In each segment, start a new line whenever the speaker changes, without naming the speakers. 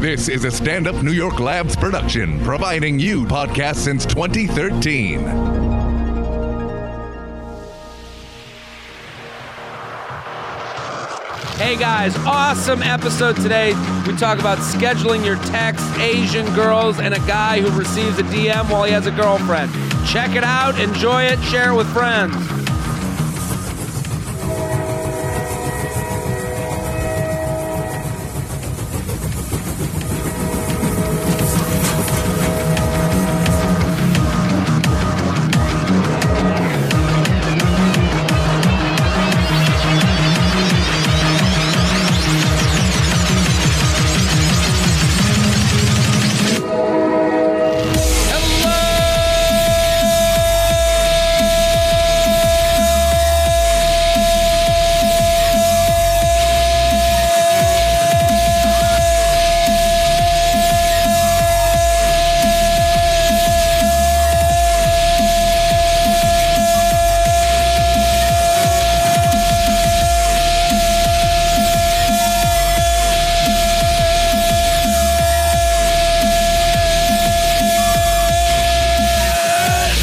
This is a stand up New York Labs production, providing you podcasts since 2013.
Hey guys, awesome episode today. We talk about scheduling your text, Asian girls, and a guy who receives a DM while he has a girlfriend. Check it out, enjoy it, share it with friends.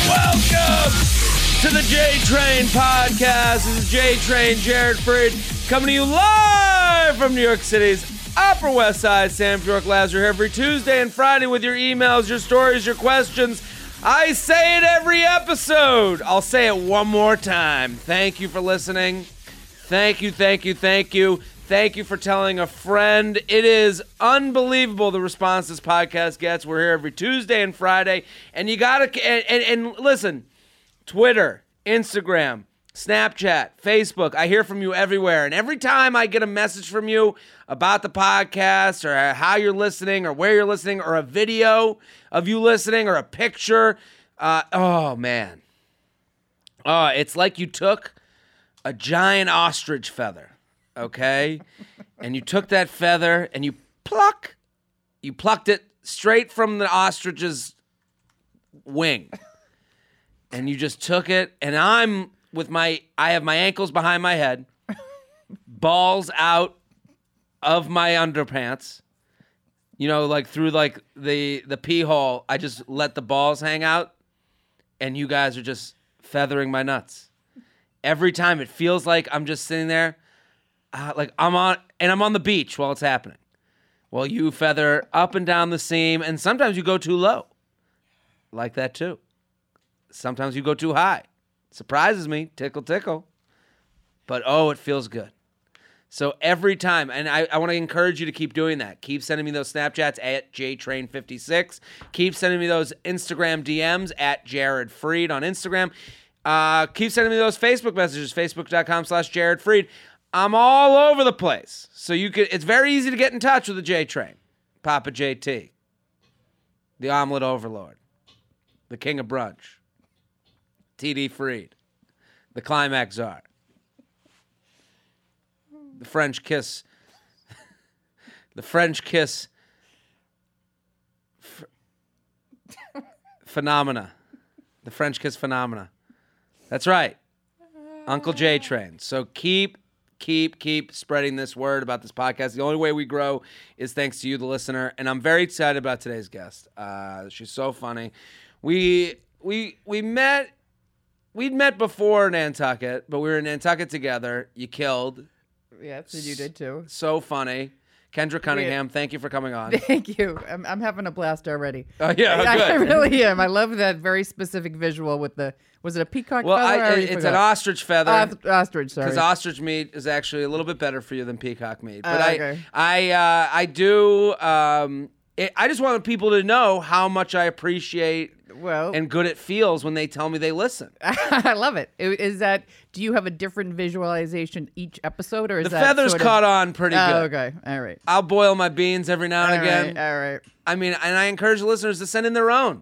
Welcome to the J Train Podcast. This is J Train Jared Freed coming to you live from New York City's Upper West Side. Sam York Lazar here every Tuesday and Friday with your emails, your stories, your questions. I say it every episode. I'll say it one more time. Thank you for listening. Thank you, thank you, thank you. Thank you for telling a friend. It is unbelievable the response this podcast gets. We're here every Tuesday and Friday. And you got to, and, and, and listen, Twitter, Instagram, Snapchat, Facebook. I hear from you everywhere. And every time I get a message from you about the podcast or how you're listening or where you're listening or a video of you listening or a picture, uh, oh man. Uh, it's like you took a giant ostrich feather, okay? and you took that feather and you pluck, you plucked it straight from the ostrich's wing and you just took it and i'm with my i have my ankles behind my head balls out of my underpants you know like through like the the pee hole i just let the balls hang out and you guys are just feathering my nuts every time it feels like i'm just sitting there uh, like i'm on and i'm on the beach while it's happening well you feather up and down the seam and sometimes you go too low like that too Sometimes you go too high. Surprises me, tickle, tickle. But oh, it feels good. So every time, and I, I want to encourage you to keep doing that. Keep sending me those Snapchats at JTrain56. Keep sending me those Instagram DMs at Jared Freed on Instagram. Uh, keep sending me those Facebook messages, facebook.com slash Jared Freed. I'm all over the place. So you could it's very easy to get in touch with the J Train. Papa JT. The omelet overlord. The king of brunch. TD Freed, the climax czar, the French kiss, the French kiss ph- phenomena, the French kiss phenomena. That's right, Uncle J Train. So keep, keep, keep spreading this word about this podcast. The only way we grow is thanks to you, the listener. And I'm very excited about today's guest. Uh, she's so funny. We we we met we'd met before Nantucket, but we were in Nantucket together. You killed.
Yes, and you did too.
So funny. Kendra Cunningham, thank you for coming on.
Thank you. I'm, I'm having a blast already.
Oh, yeah,
I, I
good.
really am. I love that very specific visual with the was it a peacock
Well,
feather?
I,
already
it's an
forgot.
ostrich feather.
Ost- ostrich. Sorry.
because ostrich meat is actually a little bit better for you than peacock meat. But
Oh,
I,
okay.
I, uh, I do. Um, it, I just want people to know how much I appreciate
well, Ah,
and good it feels when they tell me they listen.
I love it. I- Is that? Do you have a different visualization each episode, or is
The
that
feathers
sort of-
caught on pretty
Oh,
good.
okay. All right.
I'll boil my beans every now and
All
again.
right, all right.
I mean, and I encourage listeners to send in their own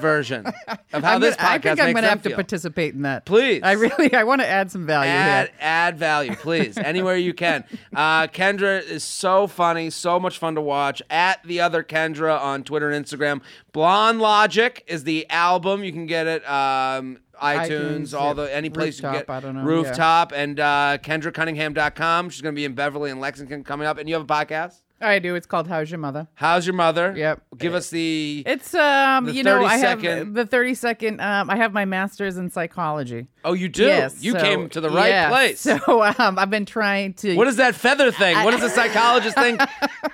version of how
I'm
this podcast
gonna, I think I'm
makes
going to
them
have to
feel.
participate in that.
Please.
I really. I want to add some value
Add,
here.
add value, please, anywhere you can. Uh, Kendra is so funny, so much fun to watch. At the other Kendra on Twitter and Instagram. Blonde Logic is the album. You can get it um, iTunes,
iTunes,
all
yeah.
the any place you
Rooftop,
can
I
get
don't know, yeah.
rooftop, and uh, KendraCunningham.com. She's going to be in Beverly and Lexington coming up, and you have a podcast.
I do. It's called How's Your Mother?
How's your mother?
Yep.
Give us the.
It's um,
The
you know, I
30
have
second-
the thirty second. Um, I have my master's in psychology.
oh, you do.
Yes,
you
so-
came to the right
yeah,
place.
So um, I've been trying to.
What is that feather thing? What does the psychologist think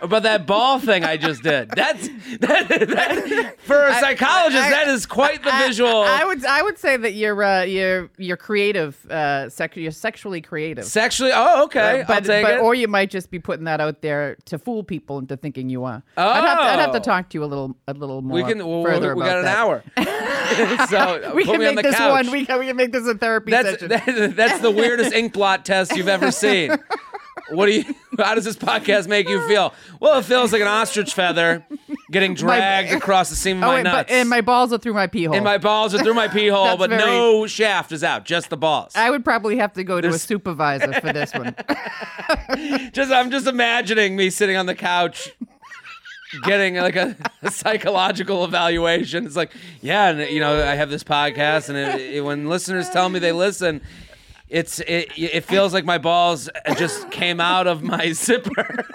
about that ball thing I just did? That's that, that- for a psychologist.
I-
that is quite the
I-
visual.
I, would I would say that you're uh, you're you're creative, uh, sec- you're sexually creative.
Sexually, oh okay,
but,
I'll take
but-
it.
or you might just be putting that out there to fool people into thinking you are. I'd, have to, I'd have to
Oh.
talk to you a little a little more.
we can. Well,
further
we, we
about
got an hour,
that.
so
We
put
can
me on
make
the
this
couch.
one. We can, we can make this a therapy
that's
session.
that- that's the weirdest ink blot test you've ever seen. What do you? How does this podcast make you feel? Well, it feels like an ostrich feather getting dragged across the seam of
oh,
my
wait,
nuts.
but, and my balls are through my pee hole.
And my balls are through my pee hole,
That's
but
very-
no shaft is out, just the balls.
I would probably have to go to a supervisor for this one.
just I'm just imagining me sitting on the couch getting like a, a psychological evaluation. It's like, yeah, and you know, I have this podcast and it, it- when listeners tell me they listen, it's it, it feels like my balls just came out of my zipper.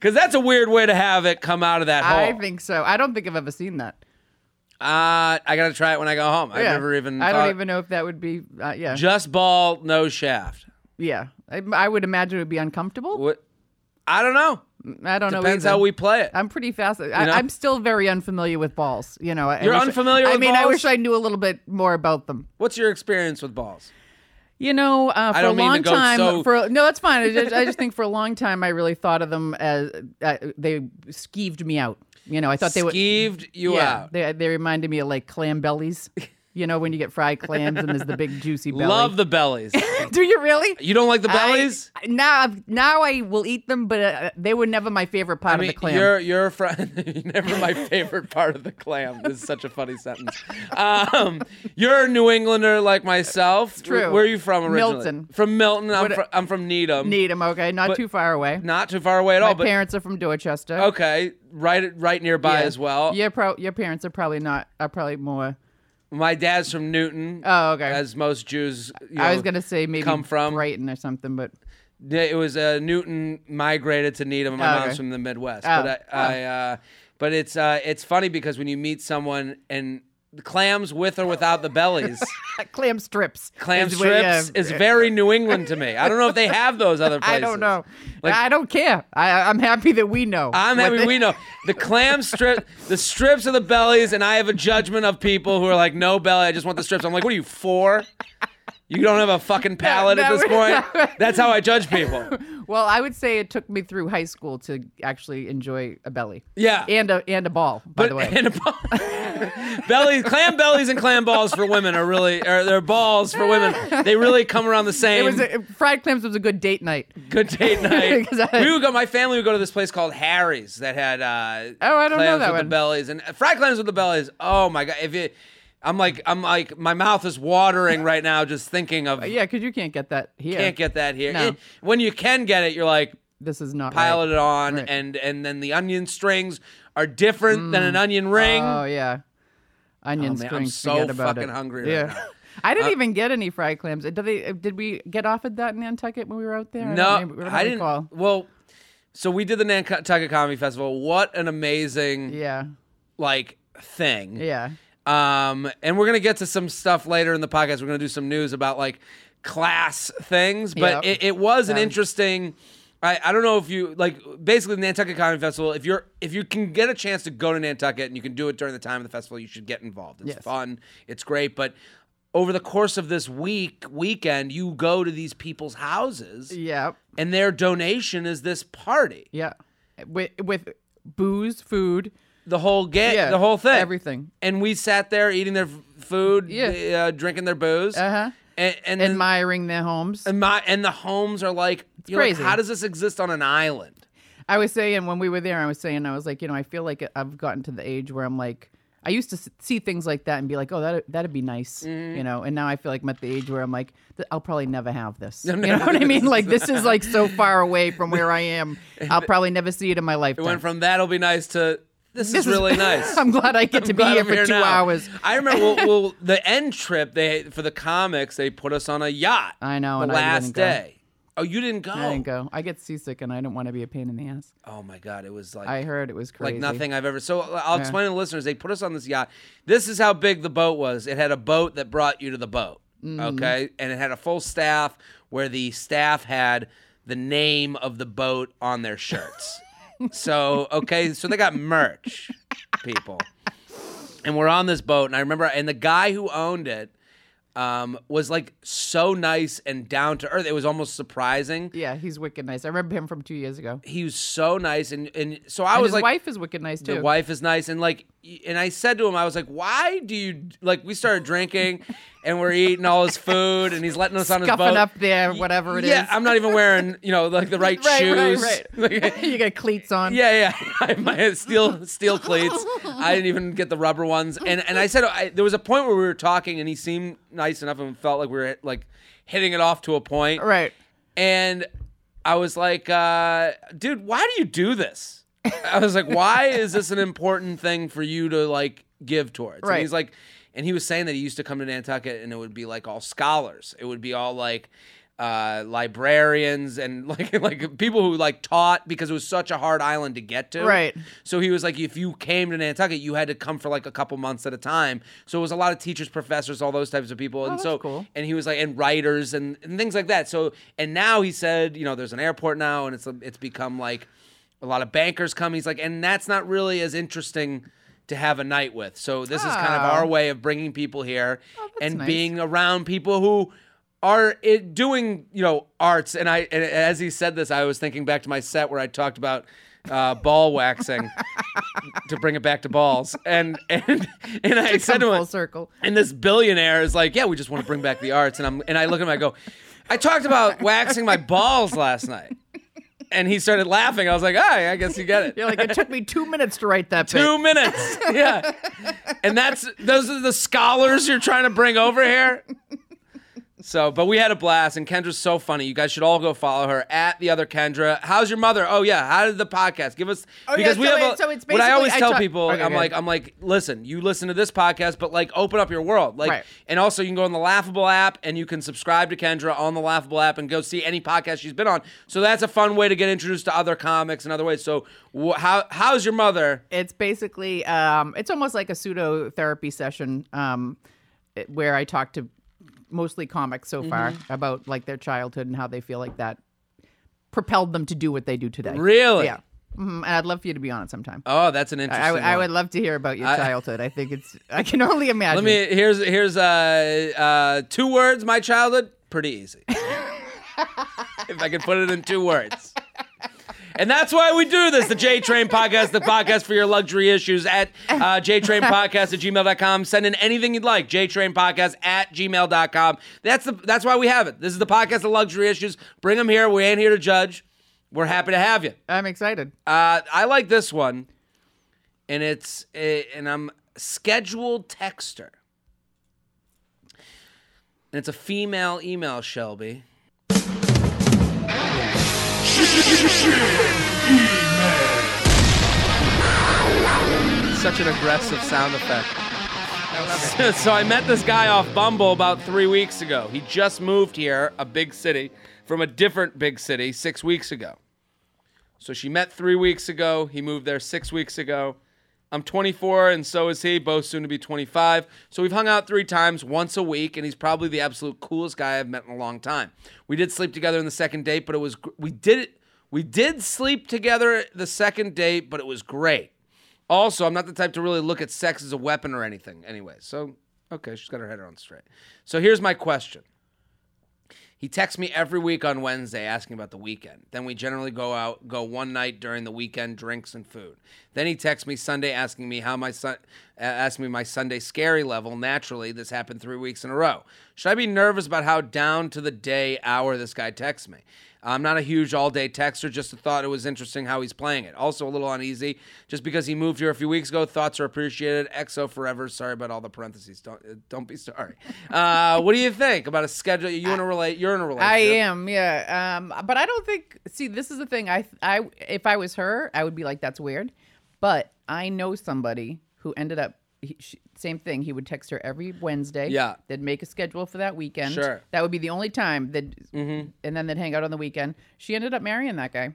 Cuz that's a weird way to have it come out of that hole.
I think so. I don't think I've ever seen that.
uh, I got to try it when I go home. I've
Yeah.
never even
I don't
thought-
even know if that would be. Uh, yeah.
just ball no shaft.
yeah. I, I would imagine it would be uncomfortable.
What I don't know.
I don't know.
Depends
either.
how we play it.
I'm pretty fast. I,
know?
I'm still very unfamiliar with balls. You know, I,
You're
I wish-
unfamiliar
I
with
mean, I
balls?
wish I knew a little bit more about them.
What's your experience with balls?
You know, uh, for
don't
a
mean to
long
go
time,
so-
for no, that's fine. I just, I just think for a long time, I really thought of them as uh, they skeeved me out. You know, I thought they were
Skeeved you
yeah,
out.
they they reminded me of like clam bellies. You know, when you get fried clams and there's the big juicy belly.
Love the bellies.
Do you really?
you don't like the
I-
bellies?
now, I've- now I will eat them, but uh, they were never my favorite part
I mean,
of the clam.
you're you're a friend. never my favorite part of the clam. This is such a funny sentence. Um, you're a New Englander like myself. It's
true.
Where are you from originally?
Milton.
From Milton. I'm,
What-
fr- I'm from Needham.
Needham, okay, not
But-
too far away.
Not too far away at all.
my
But
parents are from Dorchester.
okay, right right nearby as well.
Your pro- your parents are probably not are probably more.
My dad's from Newton.
Oh, okay.
As most Jews. you
I
know,
was gonna say maybe
come from.
Brighton or something, but
Yeah, it was uh, Newton migrated to Needham. and My
Oh,
mom's
okay.
from the Midwest,
Oh,
but I, I uh, but it's uh, it's funny because when you meet someone and clams with or without the bellies,
uh, clam strips.
clam
is
strips
where- yeah.
is very New England to me. I don't know if they have those other places.
I don't know.
Like-
I don't care. I, I'm happy that we know.
I'm
what
happy
they-
we know the clam strip, the strips of the bellies, and I have a judgment of people who are like, no belly, I just want the strips. I'm like, what are you for? You don't have a fucking palate
no,
at this
no.
point. That's how I judge people.
Well, I would say it took me through high school to actually enjoy a belly.
Yeah.
and a and a ball. By the way,
and a ball- belly, clam bellies and clam balls for women are really, or they're balls for women. They really come around the
it
same.
was a, fried clams was a good date night.
good date night.
'Cause I-
we would go. My family would go to this place called Harry's that had uh,
Oh, I don't know
clams with
that
the
one.
bellies and uh, fried clams with the bellies. Oh my god! If it, I'm like, I'm like, my mouth is watering right now just thinking of.
Yeah, because you can't get that here.
Can't get that here.
No.
It- when you can get it, you're like,
this is not
pile
right.
it on,
Right.
and and then the onion strings are different than an onion ring.
Mm. Oh yeah, onion
Oh, man, I'm
strings.
so
forget about
fucking
it.
hungry right now. Uh,
I didn't even get any fried clams. Did they? Did we get offered that in Nantucket when we were out there? I
No,
don't remember- don't
I didn't.
recall.
Well, so we did the Nantucket Comedy Festival. What an amazing
Yeah,
like thing.
yeah.
Um, and we're gonna get to some stuff later in the podcast. We're gonna do some news about like class things, but
Yep.
it, it was an
Yeah.
interesting. I, I don't know if you like basically the Nantucket Comedy Festival. If you're if you can get a chance to go to Nantucket and you can do it during the time of the festival, you should get involved. It's
Yes.
fun, it's great, but over the course of this week weekend, you go to these people's houses
Yeah,
and their donation is this party.
yeah. With with booze, food,
The whole get
yeah,
the whole thing,
everything.
And we sat there eating their f- food,
Yeah.
uh, drinking their booze,
Uh-huh.
and and, then-
Admiring their homes.
and my and the homes are like, you're like,
crazy.
how does this exist on an island?
I was saying when we were there, I was saying I was like, you know, I feel like I've gotten to the age where I'm like, I used to s- see things like that and be like, oh, that that'd be nice,
Mm-hmm.
you know. And now I feel like I'm at the age where I'm like, th- I'll probably never have this. You know what I mean? Like this is like so far away from where I am. I'll probably never see it in my lifetime.
It went from that'll be nice to this,
This
is really nice.
I'm glad I get to
I'm
be
glad
here
I'm
for two
now.
hours.
I remember well, well, the end trip they for the comics they put us on a yacht.
I know,
the
and I
last
didn't go.
day. Oh, you didn't go.
I didn't go. I get seasick and I don't want to be a pain in the ass.
Oh my god, it was like
I heard it was crazy.
like nothing I've ever. So uh, I'll explain to the listeners. They put us on this yacht. This is how big the boat was. It had a boat that brought you to the boat.
Mm-hmm.
Okay, and it had a full staff where the staff had the name of the boat on their shirts. so okay, so they got merch, people. And we're on this boat, and I remember, and the guy who owned it um, was like so nice and down to earth. It was almost surprising.
Yeah, he's wicked nice. I remember him from two years ago.
He was so nice, and and so I
And
was
his
like,
wife is wicked nice too.
the wife is nice and like y- and i said to him i was like why do you like we started drinking and we're eating all his food and he's letting us on his
Scuffing
boat
up there, whatever it
it
is.
yeah i'm not even wearing you know like the right,
right,
shoes
right,
Like,
right. you got cleats on.
yeah yeah i might have steel steel cleats i didn't even get the rubber ones and and i said I, there was a point where we were talking and he seemed nice enough and felt like we were like hitting it off to a point
Right.
and I was like, uh, dude, why do you do this? I was like, why is this an important thing for you to like give towards? And
Right.
he's like, and he was saying that he used to come to Nantucket and it would be like all scholars. It would be all like uh, librarians and like like people who like taught because it was such a hard island to get to.
Right.
So he was like, if you came to Nantucket, you had to come for like a couple months at a time. So it was a lot of teachers, professors, all those types of people. and
Oh, that's
so
cool.
and he was like and writers and, and things like that so and now he said you know there's an airport now and it's it's become like a lot of bankers come he's like and that's not really as interesting to have a night with so this is kind of
Oh.
our way of bringing people here
that's
and
nice.
being around people who are it, doing you know arts and i and as he said this i was thinking back to my set where i talked about uh, ball waxing to bring it back to balls and and and i said
Come
to him
full circle.
and this billionaire is like, "Yeah, we just want to bring back the arts." And I'm and I look at him, I go, "I talked about waxing my balls last night," and he started laughing. I was like, "Ah, I guess you get it."
You're like, it took me two minutes to write that
Two minutes, yeah. And that's those are the scholars you're trying to bring over here. So, but we had a blast, and Kendra's so funny. You guys should all go follow her at the other Kendra. How's your mother? Oh yeah, how did the podcast? Give us
Oh, yeah,
because we
so
have
it-
a.
so it's
what I
basically-
always
I
tell
talk-
people,
Okay,
I'm
good.
like, I'm like, listen, you listen to this podcast, but like, open up your world, like,
Right.
and also you can go on the Laughable app and you can subscribe to Kendra on the Laughable app and go see any podcast she's been on. So that's a fun way to get introduced to other comics and other ways. So wh- how how's your mother?
It's basically, um, it's almost like a pseudo therapy session um, it- where I talk to mostly comics so far
Mm-hmm.
about like their childhood and how they feel like that propelled them to do what they do today.
Really?
Yeah. hmm And I'd love for you to be on it sometime.
Oh, that's an
I,
interesting.
would- I
one.
would love to hear about your childhood. I think it's, I can only imagine.
Let me here's here's uh uh two words. My childhood pretty easy. if I could put it in two words. And that's why we do this, the J Train Podcast, the podcast for your luxury issues at uh, Podcast at gmail.com. Send in anything you'd like, Podcast at gmail.com. That's, the, that's why we have it. This is the podcast of luxury issues. Bring them here. We ain't here to judge. We're happy to have you.
I'm excited.
Uh, I like this one, and it's uh, and I'm scheduled texter, and it's a female email, Shelby. Such an aggressive sound effect. so I met this guy off Bumble about three weeks ago. He just moved here, a big city, from a different big city six weeks ago. So she met three weeks ago. He moved there six weeks ago. I'm 24, and so is he, both soon to be 25. So we've hung out three times, once a week, and he's probably the absolute coolest guy I've met in a long time. We did sleep together on the second date, but it was gr- we did it. We did sleep together the second date, but it was great. Also, I'm not the type to really look at sex as a weapon or anything. Anyway, so okay, she's got her head on straight. So here's my question. He texts me every week on Wednesday asking about the weekend. Then we generally go out, go one night during the weekend, drinks and food. Then he texts me Sunday asking me how my son, uh, asking me my Sunday scary level. Naturally, this happened three weeks in a row. Should I be nervous about how down to the day hour this guy texts me? I'm not a huge all day texter, just thought it was interesting how he's playing it. Also, a little uneasy, just because he moved here a few weeks ago. Thoughts are appreciated. EXO forever. Sorry about all the parentheses. Don't uh, don't be sorry. Uh, what do you think about a schedule? You in a relate? You're in a relationship.
I am, yeah. Um, but I don't think. See, this is the thing. I, I, if I was her, I would be like, "That's weird." But I know somebody who ended up he, she, same thing. He would text her every Wednesday.
Yeah.
They'd make a schedule for that weekend.
Sure. Mm-hmm.
That would be the only time that, and then they'd hang out on the weekend. She ended up marrying that guy.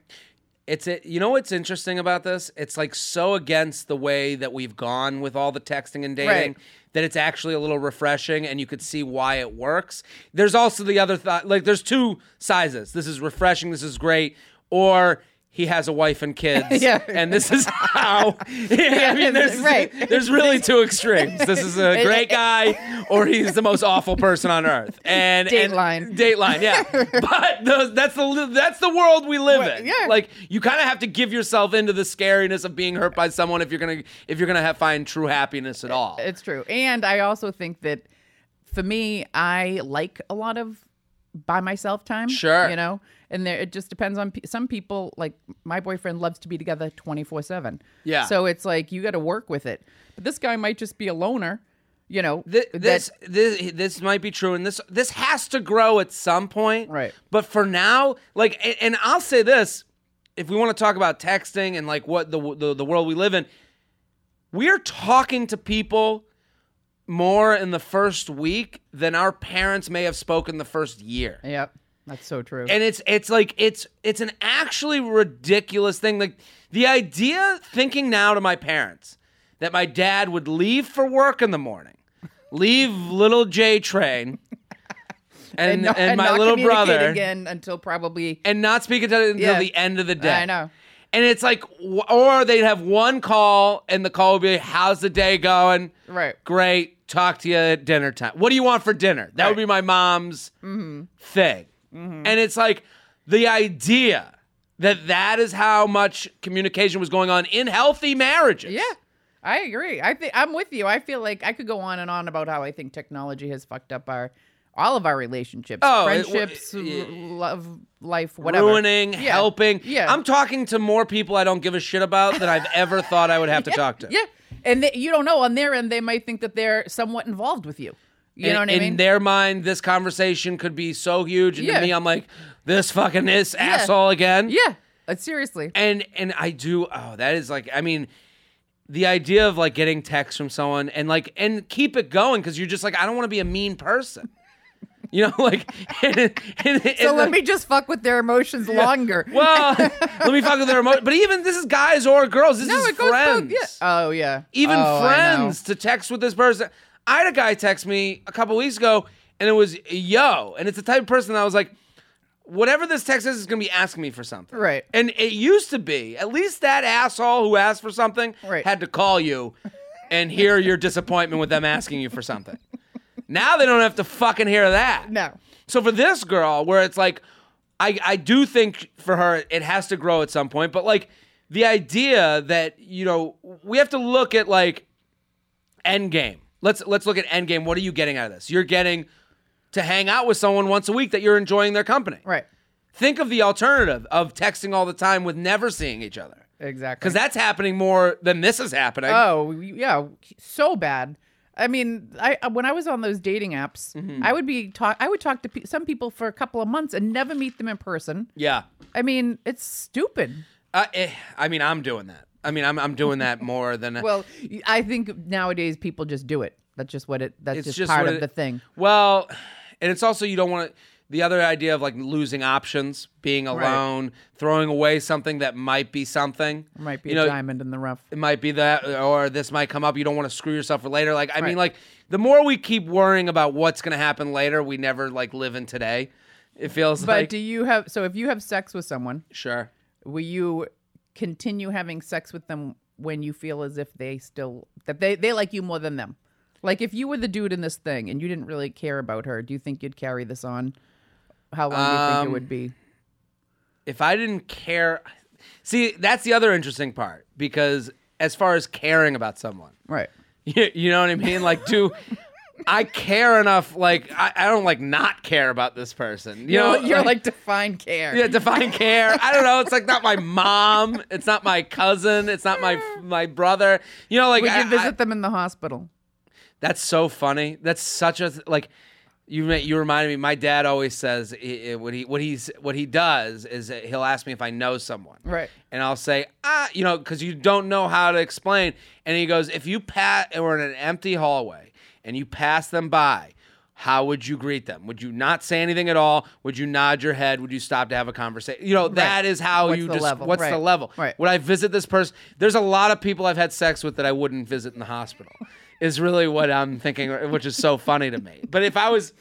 It's it. You know what's interesting about this? It's like so against the way that we've gone with all the texting and dating
Right.
that it's actually a little refreshing, and you could see why it works. There's also the other thought. Like, there's two sizes. This is refreshing. This is great. Or he has a wife and kids.
Yeah.
And this is how. I mean, there's,
Right.
There's really two extremes. This is a great guy, or he's the most awful person on earth. And and-
Dateline.
Dateline, yeah. but those, that's the li- that's the world we live
Well,
in.
yeah.
Like you kind of have to give yourself into the scariness of being hurt by someone if you're gonna if you're gonna have find true happiness at all.
It's true. And I also think that for me, I like a lot of by myself time.
Sure.
You know, and there, it just depends on pe- some people. Like my boyfriend loves to be together 24 7.
Yeah.
So it's like you got to work with it. But this guy might just be a loner, you know.
Th-
that-
this this this might be true, and this this has to grow at some point.
Right.
But for now, like, and, and I'll say this: if we want to talk about texting and like what the, the the world we live in, we are talking to people more in the first week than our parents may have spoken the first year.
Yep. That's so true.
and it's it's like it's it's an actually ridiculous thing like the idea thinking now to my parents that my dad would leave for work in the morning leave little j train and and,
not-
my
not
little
communicate
brother
again until probably
and not speak until, until
Yeah.
the end of the day
I know.
and it's like wh- or they'd have one call and the call would be how's the day going
Right.
great talk to you at dinner time what do you want for dinner that would be my mom's
Mm-hmm.
thing and it's like the idea that that is how much communication was going on in healthy marriages
Yeah. I agree. I think I'm with you. I feel like I could go on and on about how I think technology has fucked up our all of our relationships,
Oh, it- w-
friendships,
yeah.
r- love, life, whatever.
ruining
Yeah.
helping
Yeah.
i'm talking to more people i don't give a shit about than i've ever thought i would have to talk to
Yeah. And they, you don't know on their end they might think that they're somewhat involved with you. You know what
in,
I
in
mean?
their mind, this conversation could be so huge, and
Yeah.
to me, I'm like, this fucking this asshole again.
yeah. Uh, seriously.
And and I do. Oh, that is like. I mean, the idea of like getting texts from someone and like and keep it going because you're just like, I don't want to be a mean person. You know, like. And, and,
So let me just fuck with their emotions longer.
Well, let me fuck with their emotion. But even this is guys or girls. This
no,
is
it goes
friends
both. Yeah. Oh yeah.
even
Oh, I know.
friends to text with this person. I had a guy text me a couple weeks ago, and it was yo, and it's the type of person that I was like, whatever this text is, is going to be asking me for something,
Right.
And it used to be at least that asshole who asked for something
Right.
had to call you and hear your disappointment with them asking you for something. Now they don't have to fucking hear that.
No.
So for this girl, where it's like, I I do think for her it has to grow at some point, but like the idea that you know we have to look at like end game. Let's let's look at end game. What are you getting out of this? You're getting to hang out with someone once a week that you're enjoying their company.
Right.
Think of the alternative of texting all the time with never seeing each other.
Exactly.
Because that's happening more than this is happening.
Oh yeah, so bad. I mean, I uh, when I was on those dating apps,
Mm-hmm.
I would be talk. I would talk to pe- some people for a couple of months and never meet them in person.
yeah.
I mean, it's stupid.
Uh, eh, I mean, I'm doing that. I mean, I'm I'm doing that more than
Well, y- I think nowadays people just do it. That's just what it. That's
It's
just,
just
part
what
of
it-
the thing.
Well, and it's also you don't want to. The other idea of like losing options, being alone, throwing away something that might be something,
Might be
you
a
know,
diamond in the rough.
it might be that, or this might come up. You don't want to screw yourself for later. Like I mean,
Right.
like the more we keep worrying about what's going to happen later, we never like live in today. It feels
But
like
do you have? So if you have sex with someone,
sure.
will you continue having sex with them when you feel as if they still that they they like you more than them like if you were the dude in this thing and you didn't really care about her do you think you'd carry this on how long do you think it
Um,
would be
if I didn't care, see, that's the other interesting part because as far as caring about someone,
right
you, you know what I mean? Like, do I care enough? Like, I, I don't like not care about this person. You
you
know,
are you're like defined care
yeah, define care. I don't know. It's like not my mom. It's not my cousin. It's not my my brother. You know, like
would
I-
you visit
I-
them in the hospital
that's so funny. That's such a like. You ma- you reminded me. My dad always says i- i- what he what he's what he does is that he'll ask me if I know someone,
Right.
And I'll say ah, you know, because you don't know how to explain. And he goes, if you pat or in an empty hallway and you pass them by, how would you greet them? Would you not say anything at all? Would you nod your head? Would you stop to have a conversation? You know, that is how
What's
you
the
just
level?
what's the
Right.
level.
Right.
Would I visit this person? There's a lot of people I've had sex with that I wouldn't visit in the hospital. is really what I'm thinking, which is so funny to me. But if I was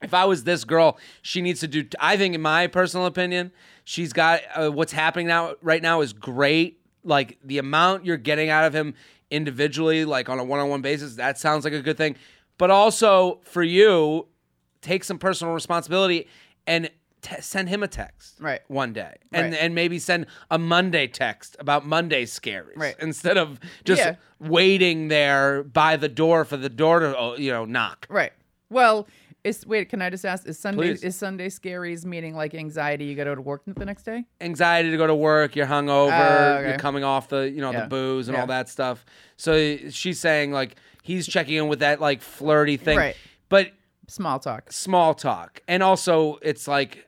if I was this girl, she needs to do. I think, in my personal opinion, she's got uh, what's happening now right now is great. Like the amount you're getting out of him individually, like on a one-on-one basis, that sounds like a good thing. But also for you, take some personal responsibility and te- send him a text
Right.
one day, and
Right.
and maybe send a Monday text about Monday scaries
Right.
instead of just
Yeah.
waiting there by the door for the door to oh, you know knock.
Right. Well, is wait, can I just ask is Sunday
Please.
is Sunday scaries meaning like anxiety you got to go to work the next day?
anxiety to go to work. You're hungover.
Oh, okay.
You're coming off the you know
Yeah.
the booze and
Yeah.
all that stuff. So she's saying like he's checking in with that like flirty thing,
Right.
but
Small talk.
small talk. And also it's like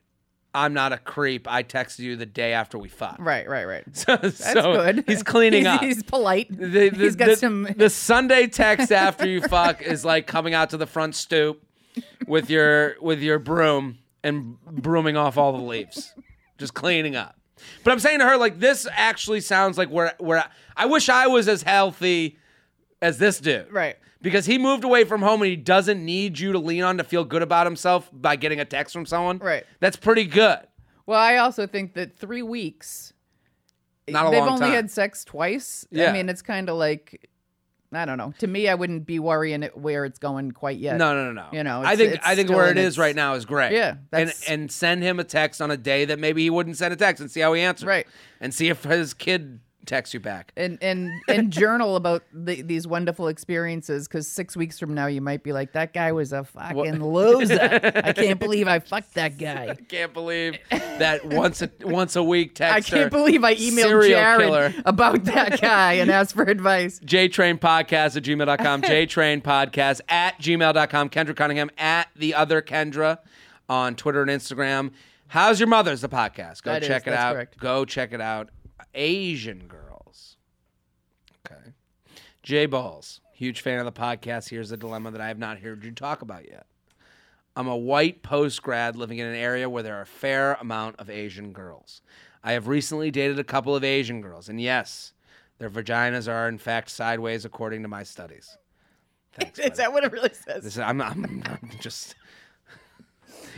I'm not a creep. I texted you the day after we fucked.
Right, right, right.
So,
That's
so
good.
He's cleaning
He's-
up.
He's polite.
The- the-
he's got
the-
some
the Sunday text after you fuck is like coming out to the front stoop with your with your broom and brooming off all the leaves, just cleaning up. But I'm saying to her like this actually sounds like where where I wish I was as healthy as this dude,
Right.
Because he moved away from home and he doesn't need you to lean on to feel good about himself by getting a text from someone,
Right.
That's pretty good.
Well, I also think that 3 weeks
Not a
they've
long
only
time.
had sex twice.
Yeah.
I mean, it's kind of like I don't know. To me, I wouldn't be worrying it where it's going quite yet.
No, no, no, no.
You know,
I
it's-
think
it's
I think
still
where it
in
is
its-
right now is great.
Yeah,
and
that's-
and send him a text on a day that maybe he wouldn't send a text and see how he answers.
Right.
and see if his kid texts you back.
and and and journal about the, these wonderful experiences because six weeks from now you might be like that guy was a fucking loser i can't believe i fucked that guy
Can't believe that once a once a week text.
i can't
or
believe i emailed
serial
jared
killer.
about that guy and asked for advice
JTrain Podcast at gmail.com, JTrain Podcast at gmail.com, Kendra Cunningham at the other Kendra on Twitter and Instagram. How's your mother's the podcast? Go
That is,
check it
that's
out.
correct.
Go check it out. Asian girls. Okay. J Balls, huge fan of the podcast. Here's a dilemma that I have not heard you talk about yet. I'm a white post grad living in an area where there are a fair amount of Asian girls. I have recently dated a couple of Asian girls, and yes, their vaginas are in fact sideways according to my studies. Thanks. buddy.
is that what it really says
This- I'm, I'm, I'm just.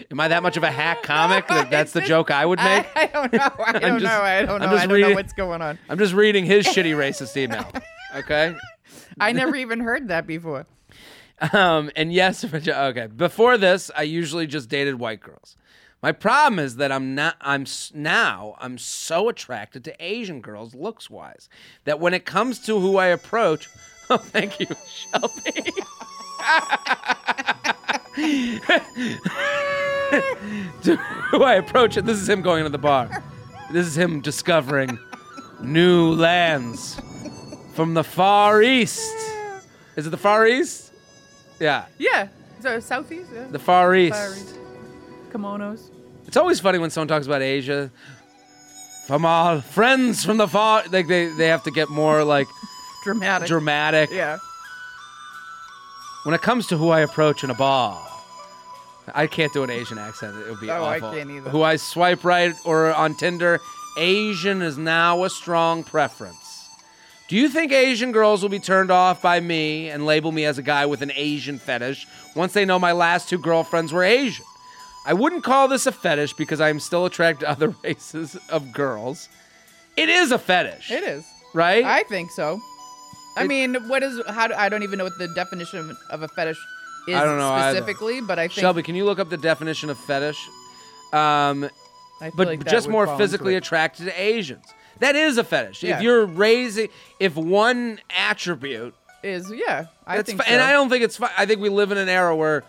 Am I that much of a hack comic that that's the joke I would make?
I, I don't know. I don't
just-
know. I
I'm
don't know.
just
I don't
reading-
know what's going on.
I'm just reading his shitty racist email. Okay.
I never even heard that before.
Um, and yes, vagi- okay. Before this, I usually just dated white girls. My problem is that I'm not. I'm s- now. I'm so attracted to Asian girls, looks wise, that when it comes to who I approach, oh, thank you, Shelby. to who I approach it. This is him going into the bar. This is him discovering new lands from the Far East. Is it the Far East? Yeah,
Yeah. So southeast yeah.
the Far East.
Far East. kimonos.
It's always funny when someone talks about Asia. From our friends from the far, like they, they have to get more like
Dramatic.
dramatic.
yeah.
When it comes to who I approach in a bar, I can't do an Asian accent. It would be
No, Oh, I
awful.
can't either.
Who I swipe right or on Tinder, Asian is now a strong preference. Do you think Asian girls will be turned off by me and label me as a guy with an Asian fetish once they know my last two girlfriends were Asian? I wouldn't call this a fetish because I am still attracted to other races of girls. It is a fetish,
It is.
right?
I think so. I mean, what is how do, I don't even know what the definition of, of a fetish is
I don't know either.
specifically, but I think
Shelby, can you look up the definition of fetish? Um,
I feel
but
like that
just
would fall
more
into
physically
it.
attracted to Asians. That is a fetish.
Yeah.
If you're raising, if one attribute,
is yeah. I
that's
think
fi-
so.
and I don't think it's. Fi- I think we live in an era where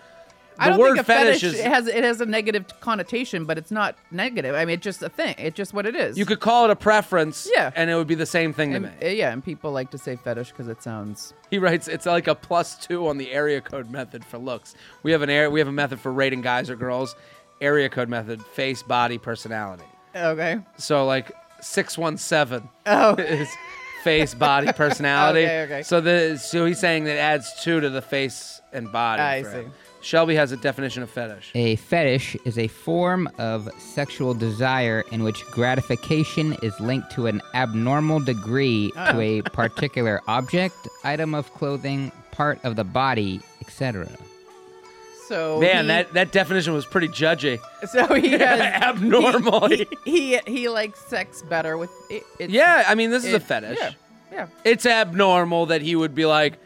I don't
word
think a
fetish
fetish,
is-
it has it has a negative connotation, but it's not negative. I mean, it's just a thing. It's just what it is.
You could call it a preference,
Yeah.
and it would be the same thing to
and,
me.
uh, yeah, and people like to say fetish because it sounds
He writes, it's like a plus two on the area code method for looks. We have an air, we have a method for rating guys or girls. Area code method: face, body, personality.
okay.
So like six one seven. Oh. Is face, body, personality.
Okay, okay.
So the so he's saying that adds two to the face and body.
I
for
see.
him. Shelby has a definition of fetish.
A fetish is a form of sexual desire in which gratification is linked to an abnormal degree to
Ah.
a particular object, item of clothing, part of the body, etc.
So
Man,
he-
that, that definition was pretty judgy.
so he has
Abnormally.
he he likes sex better with it. it's-
yeah, I mean, this is a
it-
fetish.
Yeah, yeah.
It's abnormal that he would be like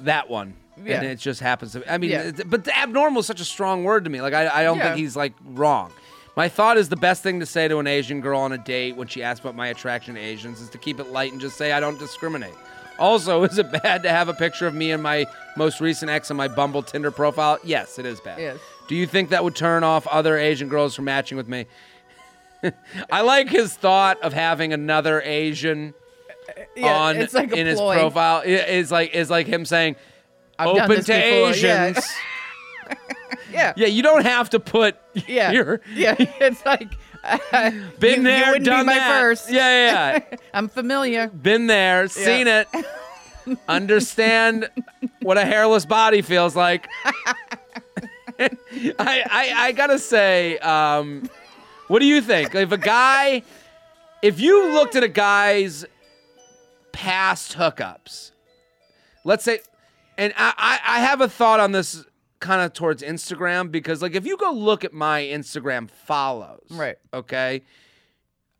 that one.
Yeah.
And it just happens to I mean,
Yeah.
it's- but abnormal is such a strong word to me. Like, I, I don't
Yeah.
think he's like wrong. My thought is the best thing to say to an Asian girl on a date when she asks about my attraction to Asians is to keep it light and just say, I don't discriminate. Also, is it bad to have a picture of me and my most recent ex on my Bumble Tinder profile? Yes, it is bad.
Yes.
Do you think that would turn off other Asian girls from matching with me? I like his thought of having another Asian
Yeah,
on
it's like a
in his
ploy.
profile i- is like is like him saying
done
open
this
to
before," yeah.
Asians.
Yeah.
Yeah, you don't have to put
Yeah.
here.
Yeah. It's like uh,
Been
you,
there,
you wouldn't
done
be my
that.
first.
Yeah, yeah, yeah.
I'm familiar.
Been there, seen it. Understand what a hairless body feels like. I, I I gotta say, um, what do you think? If a guy, if you looked at a guy's past hookups, let's say, and I, I, I have a thought on this kind of towards Instagram because, like, if you go look at my Instagram follows,
Right.
Okay,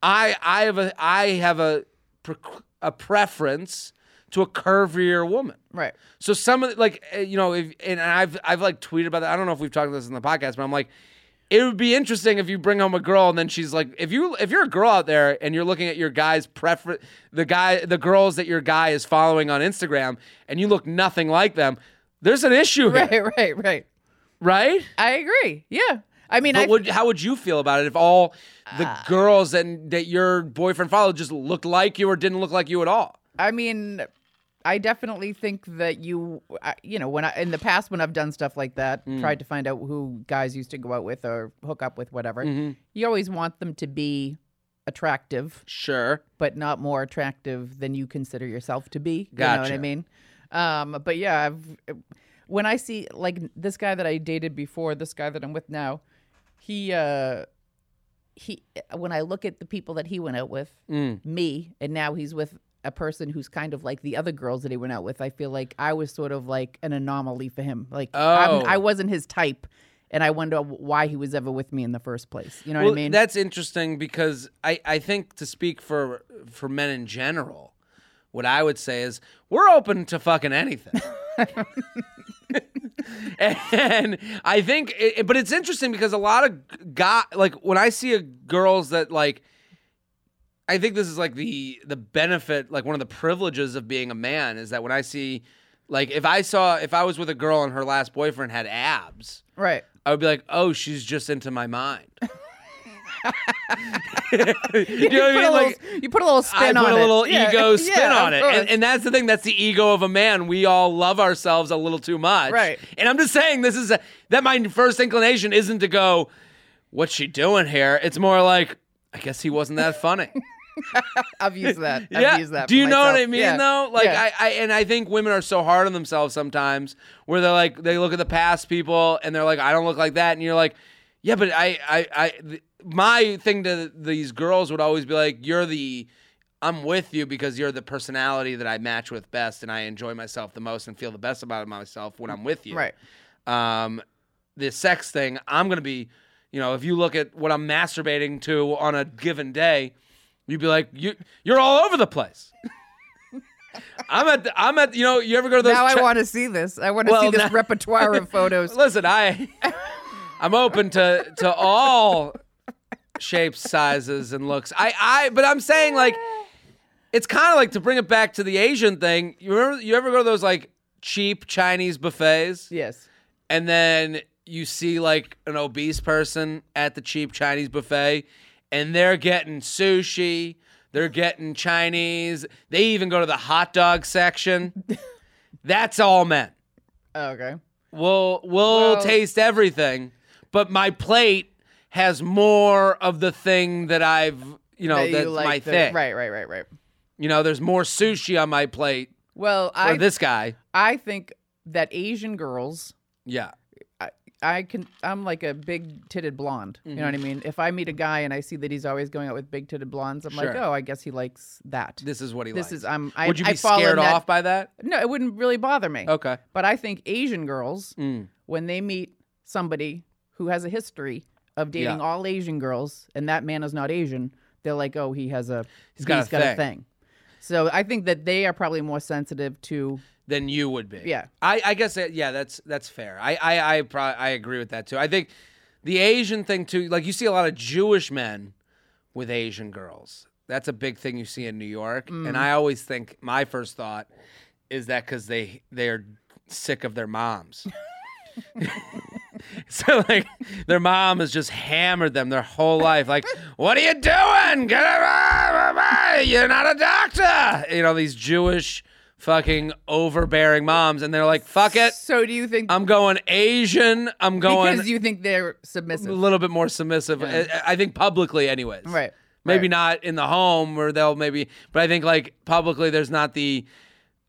I I have a I have a pre- a preference to a curvier woman.
Right.
So some of the- like uh, you know, if, and I've I've like tweeted about that. I don't know if we've talked about this in the podcast, but I'm like, it would be interesting if you bring home a girl and then she's like, if you if you're a girl out there and you're looking at your guy's prefer the guy the girls that your guy is following on Instagram and you look nothing like them, there's an issue here, right?
Right. Right. Right. I agree. Yeah. I mean, I
But would, how would you feel about it if all the girls that that your boyfriend followed just looked like you or didn't look like you at all?
I mean, I definitely think that you, I- you know, when I in the past when I've done stuff like that,
Mm.
tried to find out who guys used to go out with or hook up with, whatever.
Mm-hmm.
You always want them to be attractive,
Sure.
but not more attractive than you consider yourself to be. You know what
Gotcha.
I mean? Um, but yeah, I've when I see like this guy that I dated before, this guy that I'm with now, he uh he when I look at the people that he went out with,
Mm.
me, and now he's with a person who's kind of like the other girls that he went out with. I feel like I was sort of like an anomaly for him. Like
Oh.
I'm- I wasn't his type, and I wonder why he was ever with me in the first place. You know what I
Well,
mean?
That's interesting because I, I think to speak for for men in general, what I would say is we're open to fucking anything. and I think, it, it- but it's interesting because a lot of guy, like when I see a girls that like, I think this is like the the benefit, like one of the privileges of being a man is that when I see, like, if I saw if I was with a girl and her last boyfriend had abs,
right.
I would be like, oh, she's just into my mind. you know what I
put a
mean? Like,
little, you put a little
I put
spin on
a
it.
little
Yeah.
ego spin
Yeah,
on
of
it. And,
course.
and that's the thing. That's the ego of a man. We all love ourselves a little too much.
Right.
And I'm just saying, this is a, that my first inclination isn't to go, what's she doing here? It's more like, I guess he wasn't that funny.
I've used that. I've used that.
Do
for
you know what I
myself.
mean
Yeah.
though? Like
Yeah.
I, I and I think women are so hard on themselves sometimes where they're like they look at the past people and they're like, I don't look like that and you're like, Yeah, but I I, I th- my thing to these girls would always be like, You're the I'm with you because you're the personality that I match with best and I enjoy myself the most and feel the best about myself when I'm with you
right.
um, the sex thing, I'm gonna be, you know, if you look at what I'm masturbating to on a given day, you'd be like, you you're all over the place. I'm at the, I'm at you know you ever go to those
Now I
tra-
want to see this. I want to
Well,
see this
now-
repertoire of photos.
listen I I'm open to to all shapes, sizes, and looks. I I but I'm saying like it's kind of like to bring it back to the Asian thing. You remember you ever go to those like cheap Chinese buffets?
yes.
and then you see like an obese person at the cheap Chinese buffet and they're getting sushi, they're getting Chinese, they even go to the hot dog section. That's all men.
Oh, okay.
We'll we'll
Well-
taste everything, but my plate has more of the thing that I've you know
That you
that's
like
my
the-
thing.
Right, right, right, right.
You know, there's more sushi on my plate
Well,
for
I
this guy.
I think that Asian girls,
Yeah.
I can I'm like a big titted blonde. You
Mm-hmm.
know what I mean? If I meet a guy and I see that he's always going out with big titted blondes, I'm like,
Sure.
"Oh, I guess he likes that."
This is what he
This
likes.
is I'm I
Would you be
I fall in
scared
that-
off by that?
No, it wouldn't really bother me.
Okay.
But I think Asian girls,
Mm.
when they meet somebody who has a history of dating
Yeah.
all Asian girls and that man is not Asian, they're like, oh, he has a
He's got a thing.
So I think that they are probably more sensitive to
than you would be.
Yeah.
I, I guess that, yeah, that's that's fair. I I I, pro- I agree with that too. I think the Asian thing too, like you see a lot of Jewish men with Asian girls. That's a big thing you see in New York. And I always think my first thought is that because they they're sick of their moms. So like their mom has just hammered them their whole life. Like, what are you doing? Get away! You're not a doctor. You know these Jewish fucking overbearing moms, and they're like, fuck it.
So do you think
I'm going Asian. I'm going
because you think they're submissive?
a little bit more submissive. I, I think publicly, anyways.
Right,
Maybe
right.
not in the home where they'll maybe, but I think like publicly, there's not the.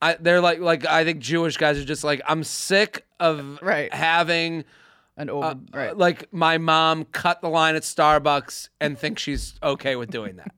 I, they're like like I think Jewish guys are just like I'm sick of
Right.
having
An over, right.
uh, like my mom cut the line at Starbucks and think she's okay with doing that.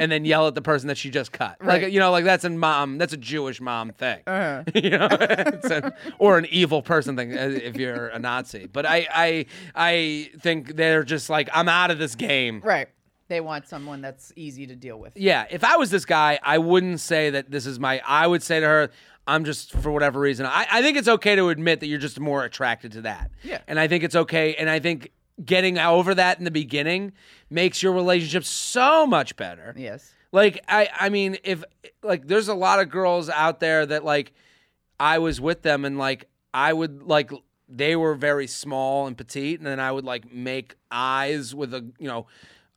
And then yell at the person that she just cut. Like
Right. Uh-huh.
you know, like that's a mom. That's a Jewish mom thing, you know, It's an- or an evil person thing uh, if you're a Nazi. But I, I, I think they're just like I'm out of this game.
right. They want someone that's easy to deal with.
Yeah, if I was this guy, I wouldn't say that this is my. I would say to her, I'm just for whatever reason. I, I think it's okay to admit that you're just more attracted to that.
Yeah.
and I think it's okay, and I think getting over that in the beginning makes your relationship so much better.
Yes.
Like I I mean if like there's a lot of girls out there that like I was with them and like I would like they were very small and petite and then I would like make eyes with a you know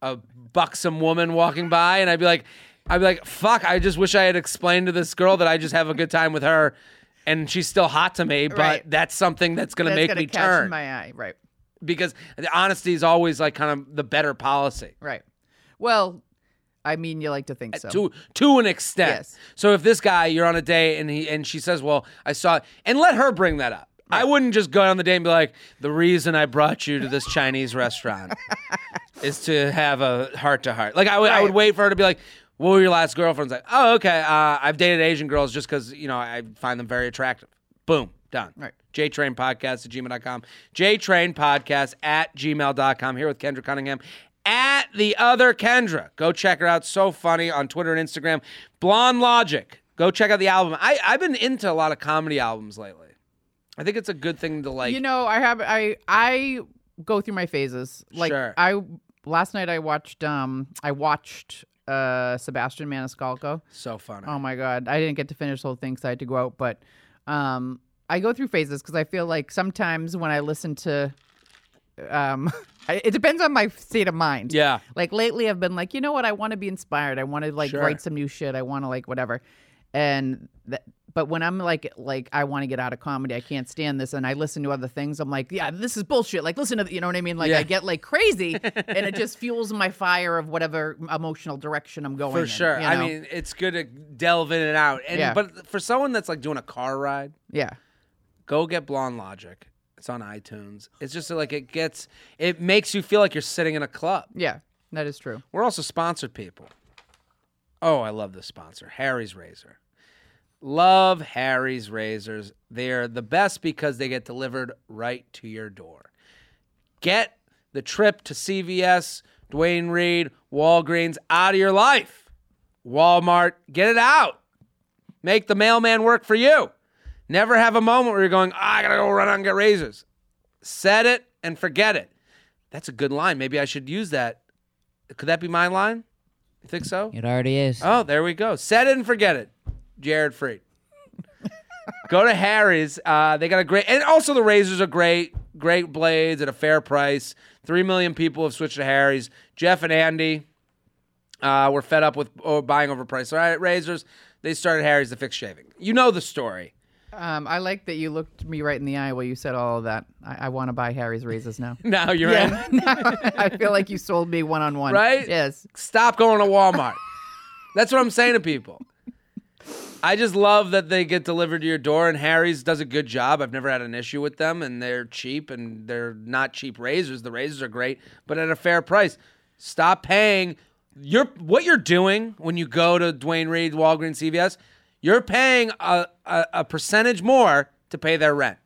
a buxom woman walking by and I'd be like I'd be like fuck I just wish I had explained to this girl that I just have a good time with her and she's still hot to me but
Right.
that's something that's going to
That's
make
gonna
me
catch
turn
my eye. Right.
because the honesty is always like kind of the better policy.
Right. Well, I mean, you like to think so.
to to an extent.
Yes.
So if this guy you're on a date and he and she says, "Well, I saw," it," and let her bring that up. I wouldn't just go on the date and be like, "The reason I brought you to this Chinese restaurant is to have a heart to heart." Like I would I would
Right.
wait for her to be like. What were your last girlfriends like? Oh, okay. Uh, I've dated Asian girls just because, you know, I find them very attractive. Boom. Done.
Right.
JTrain Podcast at gmail.com. JTrain Podcast at gmail.com. Here with Kendra Cunningham at the other Kendra. Go check her out. So funny on Twitter and Instagram. Blonde Logic. Go check out the album. I, I've been into a lot of comedy albums lately. I think it's a good thing to like.
you know i have i i go through my phases like
Sure.
i last night i watched um i watched uh sebastian maniscalco
so funny.
oh my god i didn't get to finish the whole thing because i had to go out but um i go through phases because i feel like sometimes when i listen to um I- it depends on my state of mind
yeah.
like lately, I've been like, you know what? I want to be inspired. I want to like
Sure.
write some new shit. I want to like whatever. And that, but when I'm like, like I want to get out of comedy, I can't stand this, and I listen to other things. I'm like, yeah, this is bullshit. Like, listen to, th- you know what I mean? Like,
Yeah.
I get like crazy, and it just fuels my fire of whatever emotional direction I'm going.
For
in,
sure.
you
I
know?
mean, it's good to delve in and out. And
Yeah.
But for someone that's like doing a car ride,
yeah,
go get Blonde Logic. It's on iTunes. It's just like it gets, it makes you feel like you're sitting in a club.
yeah, that is true.
We're also sponsored people. Oh, I love this sponsor, Harry's Razor. Love Harry's Razors. They're the best because they get delivered right to your door. Get the trip to CVS, Dwayne Reed, Walgreens out of your life. Walmart, get it out. Make the mailman work for you. Never have a moment where you're going, "Ah, I gotta go run out and get razors. Set it and forget it. That's a good line. Maybe I should use that. Could that be my line? You think so?
It already is.
Oh, there we go. Set it and forget it. Jared Freed. go to Harry's. Uh, they got a great, and also the razors are great. great blades at a fair price. Three million people have switched to Harry's. Jeff and Andy uh, were fed up with oh, buying overpriced ra- razors. They started Harry's to fix shaving. You know the story.
Um, I like that you looked me right in the eye while you said all of that. I, I want to buy Harry's razors now.
Now you're in.
I feel like you sold me one on one.
Right?
Yes.
Stop going to Walmart. That's what I'm saying to people. I just love that they get delivered to your door, and Harry's does a good job. I've never had an issue with them, and they're cheap, and they're not cheap razors. The razors are great, but at a fair price. Stop paying. You're what you're doing when you go to Dwayne Reed, Walgreens, CVS. You're paying a, a, a percentage more to pay their rent.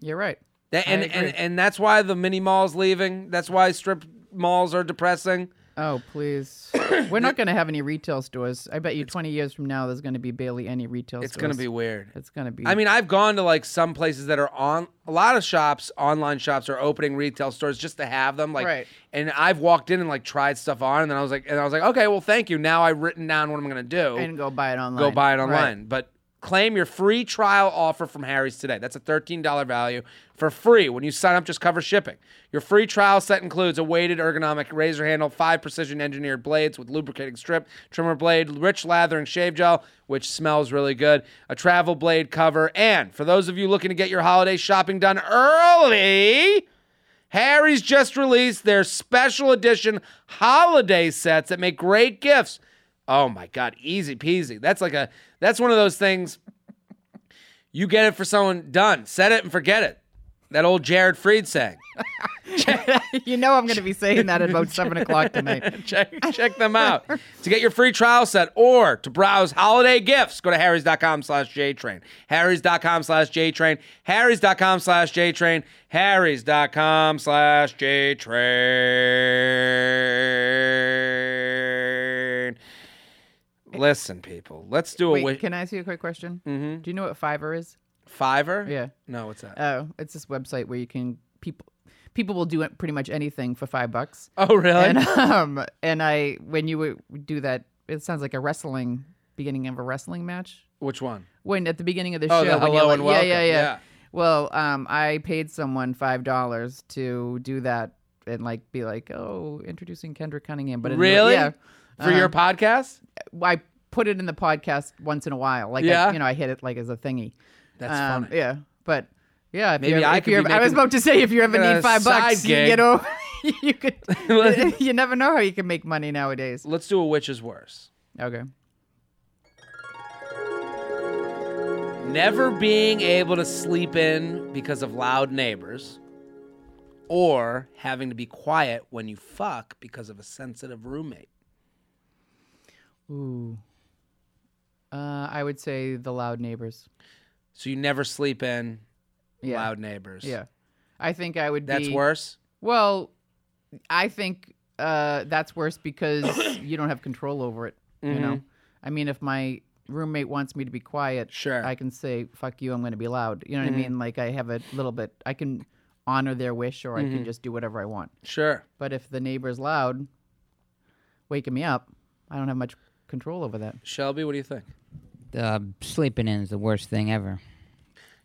You're right.
That, and,
agree.
and and that's why the mini malls leaving. That's why strip malls are depressing.
Oh, please. We're not going to have any retail stores. I bet you 20 years from now, there's going to be barely any retail
It's
stores.
gonna be weird.
It's going to be.
I mean, I've gone to like some places that are on a lot of shops, online shops are opening retail stores just to have them. Like,
Right.
and I've walked in and like tried stuff on, and then I was like, and I was like, okay, well, thank you. Now I've written down what I'm gonna do.
and go buy it online.
go buy it
Right.
online. But claim your free trial offer from Harry's today. That's a $13 value for free. When you sign up, just cover shipping. Your free trial set includes a weighted ergonomic razor handle, five precision engineered blades with lubricating strip, trimmer blade, rich lathering shave gel, which smells really good, a travel blade cover, and for those of you looking to get your holiday shopping done early, Harry's just released their special edition holiday sets that make great gifts. Oh my god, easy peasy. That's like a that's one of those things you get it for someone done. Set it and forget it. That old Jared Fried saying.
you know I'm going to be saying that at about 7 o'clock tonight.
check, check them out. to get your free trial set or to browse holiday gifts, go to harrys.com slash jtrain. harrys.com slash jtrain. harrys.com slash jtrain. harrys.com slash jtrain. Listen, people, let's do a
Wait,
wi-
can I ask you a quick question? Mm-hmm. Do you know what Fiverr is?
Fiverr?
Yeah.
No, what's that?
Oh, it's this website where you can people people will do it- pretty much anything for five bucks.
oh, really?
And um, and I when you would do that, it sounds like a wrestling beginning of a wrestling match.
Which one?
When at the beginning of the
Oh,
show,
the
when you're
hello
like,
and
yeah, yeah,
welcome,
yeah,
yeah.
Well, um, I paid someone five dollars to do that and like be like, oh, introducing Kendra Cunningham, but in the-
Really?
yeah.
For
uh-huh.
your podcast?
I put it in the podcast once in a while. Like, I-
Yeah?
you know, I hit it like as a thingy.
That's
Um,
funny.
Yeah, but yeah, if
Maybe
you ever-
I
if
could
you
be
ever- I was
making-
about to say if you ever
Get a
need five bucks,
side
you
gig.
get over. you could. you never know how you can make money nowadays.
Let's do a which is worse.
Okay.
never being able to sleep in because of loud neighbors, or having to be quiet when you fuck because of a sensitive roommate.
Ooh. Uh, I would say the loud neighbors.
So you never sleep in
Yeah.
loud neighbors.
Yeah. I think I would
That's
be.
worse.
Well, I think uh, that's worse because you don't have control over it. You know, I mean, if my roommate wants me to be quiet,
Mm-hmm. Sure. Mm-hmm.
I can say "fuck you," I'm going to be loud. You know what I mean? Like I have a little bit. I can honor their wish, or
Mm-hmm.
I can just do whatever I want.
Sure.
But if the neighbor's loud, waking me up, I don't have much control over that.
Shelby, what do you think?
Uh, sleeping in is the worst thing ever.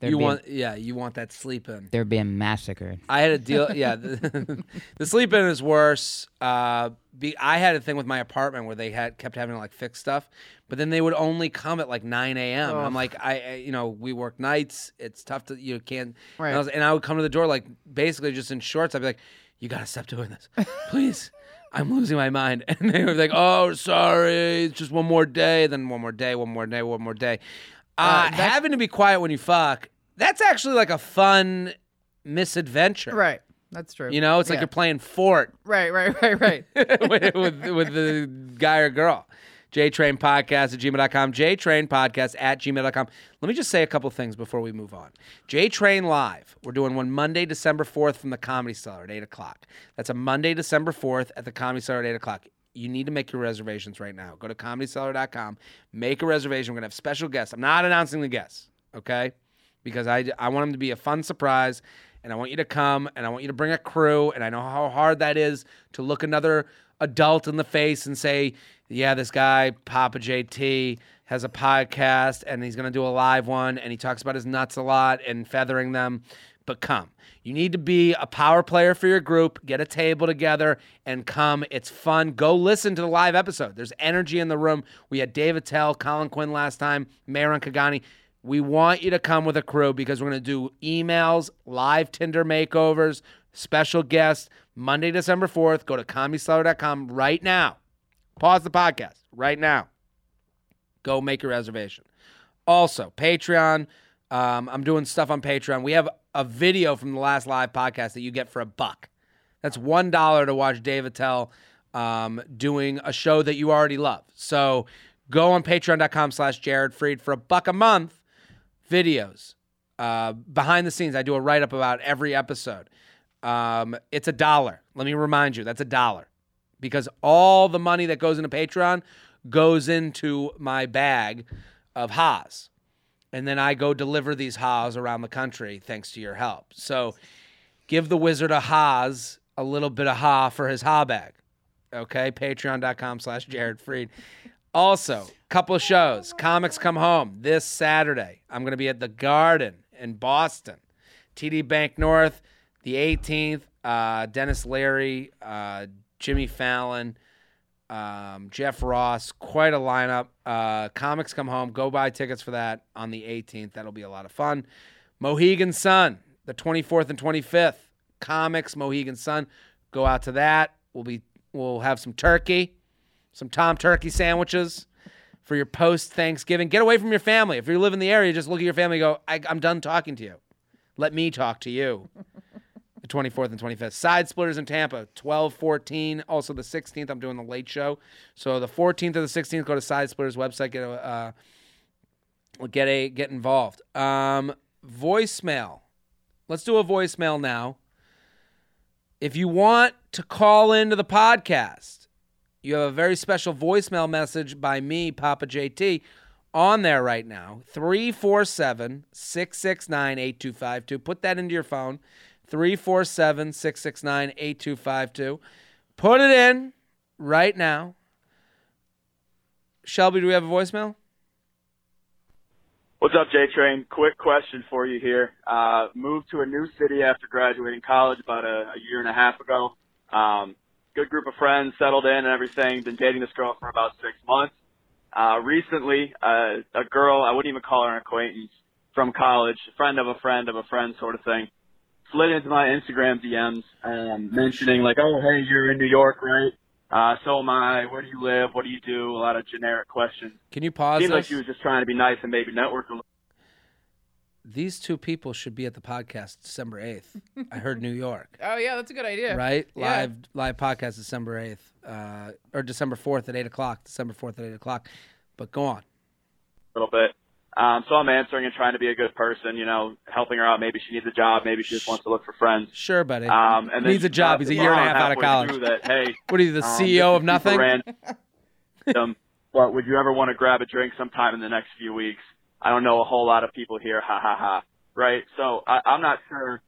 They're
you
being,
want yeah, you want that sleep in.
they're being massacred.
I had a deal. Yeah, the, the sleep in is worse. Uh, be, I had a thing with my apartment where they had kept having to like fix stuff, but then they would only come at like nine a.m. I'm like, I, I, you know, we work nights. It's tough to you can't. And I,
Right.
was- and I would come to the door like basically just in shorts. I'd be like, you gotta stop doing this, please. I'm losing my mind. And they were like, oh, sorry, it's just one more day. Then one more day, one more day, one more day. Uh, having to be quiet when you fuck. That's actually like a fun misadventure.
Right. That's true.
You know, it's like
Yeah.
you're playing Fort
Right. Right. Right. Right.
with, with, with the guy or girl. JTrain podcast at gmail.com. JTrain podcast at gmail.com. Let me just say a couple things before we move on. JTrain Live. We're doing one Monday, December 4th from the Comedy Cellar at 8 o'clock. That's a Monday, December 4th at the Comedy Cellar at 8 o'clock. You need to make your reservations right now. Go to comedycellar.com, make a reservation. We're going to have special guests. I'm not announcing the guests, okay? because I, I want them to be a fun surprise and I want you to come and I want you to bring a crew and I know how hard that is to look another adult in the face and say, yeah, this guy Papa JT has a podcast and he's going to do a live one and he talks about his nuts a lot and feathering them. but come. You need to be a power player for your group, get a table together, and come. It's fun. Go listen to the live episode. There's energy in the room. We had Dave Attell, Colin Quinn last time, Maron Kagani. We want you to come with a crew because we're going to do emails, live Tinder makeovers, special guests Monday, December 4th. Go to comedyseller.com right now. Pause the podcast right now go make your reservation. Also, Patreon. Um, I'm doing stuff on Patreon. We have a video from the last live podcast that you get for a buck. That's one dollar to watch Dave Attell um, doing a show that you already love. So go on patreon.com slash Jared Freed for a buck a month. Videos. Uh, behind the scenes, I do a write up about every episode. Um, it's a dollar. Let me remind you, that's a dollar because all the money that goes into Patreon goes into my bag of Haas. And then I go deliver these Haas around the country thanks to your help. So give the wizard a Haas, a little bit of Ha for his Ha bag. Okay, patreon.com slash Jared Freed. Also, couple shows. Comics Come Home this Saturday. I'm going to be at the Garden in Boston. TD Bank North, the 18th. Uh, Dennis Leary, uh, Jimmy Fallon, um, Jeff Ross, quite a lineup. Uh, comics come home. Go buy tickets for that on the 18th. That'll be a lot of fun. Mohegan Sun, the 24th and 25th. Comics, Mohegan Sun. Go out to that. We'll be we'll have some turkey, some Tom Turkey sandwiches for your post Thanksgiving. Get away from your family. If you live in the area, just look at your family and go, I, I'm done talking to you. Let me talk to you the 24th and 25th. Side Splitters in Tampa, 12, 14. Also the 16th, I'm doing the late show. So the 14th or the 16th, go to Side Splitters website, get a, uh, get a get involved. Um, voicemail. Let's do a voicemail now. If you want to call into the podcast, you have a very special voicemail message by me, Papa JT, on there right now 347 669 8252. Put that into your phone 347 669 8252. Put it in right now. Shelby, do we have a voicemail?
What's up, J Train? Quick question for you here. Uh, moved to a new city after graduating college about a, a year and a half ago. Um, good group of friends, settled in and everything. Been dating this girl for about six months. Uh, recently, uh, a girl, I wouldn't even call her an acquaintance from college, friend of a friend of a friend sort of thing, slid into my Instagram DMs, um, mentioning like, oh, hey, you're in New York, right? Uh, so am I. Where do you live? What do you do? A lot of generic questions.
Can you pause
Seems like
this?
she was just trying to be nice and maybe network a little.
These two people should be at the podcast December 8th. I heard New York.
Oh yeah, that's a good idea.
right?
Yeah.
Live live podcast December eighth, uh, or December fourth at eight o'clock. December fourth at eight o'clock. But go on.
a little bit. Um, so I'm answering and trying to be a good person, you know, helping her out. Maybe she needs a job. Maybe she just wants to look for friends.
Sure, buddy.
Um, and then
Needs a
she
job.
dropped
He's a
the
year and a half
bomb
out of
halfway
college.
through That, hey,
What are you, the
um,
CEO of
this is
nothing?
super random, but would you ever want to grab a drink sometime in the next few weeks? I don't know a whole lot of people here. Ha ha ha. Right. So I, I'm not sure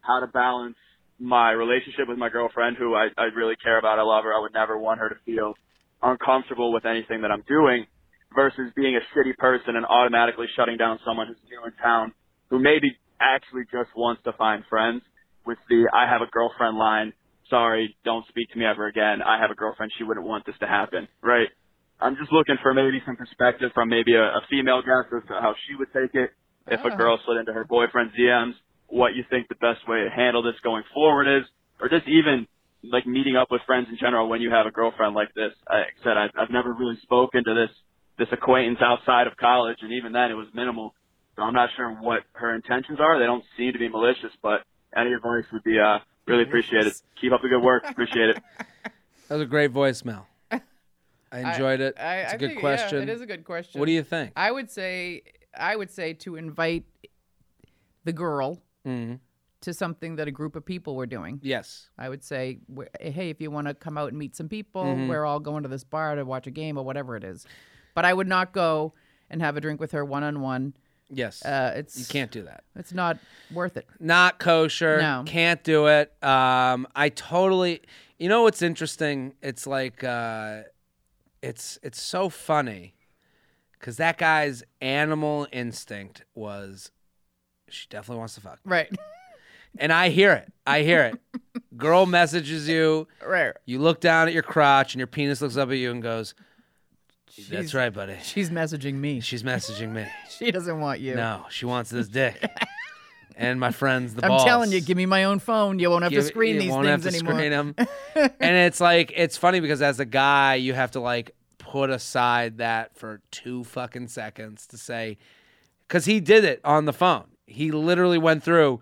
how to balance my relationship with my girlfriend, who I, I really care about. I love her. I would never want her to feel uncomfortable with anything that I'm doing versus being a shitty person and automatically shutting down someone who's new in town who maybe actually just wants to find friends with the I have a girlfriend line. Sorry, don't speak to me ever again. I have a girlfriend. She wouldn't want this to happen. Right. I'm just looking for maybe some perspective from maybe a, a female guest as to how she would take it if a girl slid into her boyfriend's DMs, what you think the best way to handle this going forward is, or just even like meeting up with friends in general when you have a girlfriend like this. I said I've, I've never really spoken to this this acquaintance outside of college, and even then it was minimal. So I'm not sure what her intentions are. They don't seem to be malicious, but any advice would be uh, really appreciated. Keep up the good work. Appreciate it.
That was a great voicemail. I enjoyed it.
I,
it's
I
a good
think, yeah,
question.
it is a good question.
What do you think?
I would say I would say to invite the girl
Mm-hmm.
to something that a group of people were doing.
yes.
I would say, w- hey, if you want to come out and meet some people,
Mm-hmm.
we're all going to this bar to watch a game or whatever it is. But I would not go and have a drink with her one on one.
Yes.
It's
you can't do that.
It's not worth it.
Not kosher.
No.
Can't do it. Um, I totally. You know what's interesting? It's like uh, it's it's so funny because that guy's animal instinct was she definitely wants to fuck.
Right.
and I hear it. I hear it. Girl messages you.
Right.
You look down at your crotch, and your penis looks up at you and goes, "That's
She's-
right, buddy."
She's messaging me.
She's messaging me.
She doesn't want you.
No, she wants this dick. and my friends, the
I'm
balls.
telling you, give me my own phone. You won't have
Give
to
it-
screen
you
these
won't
things
have to
anymore.
Screen 'em. and it's like it's funny because as a guy, you have to like put aside that for two fucking seconds to say, because he did it on the phone. He literally went through.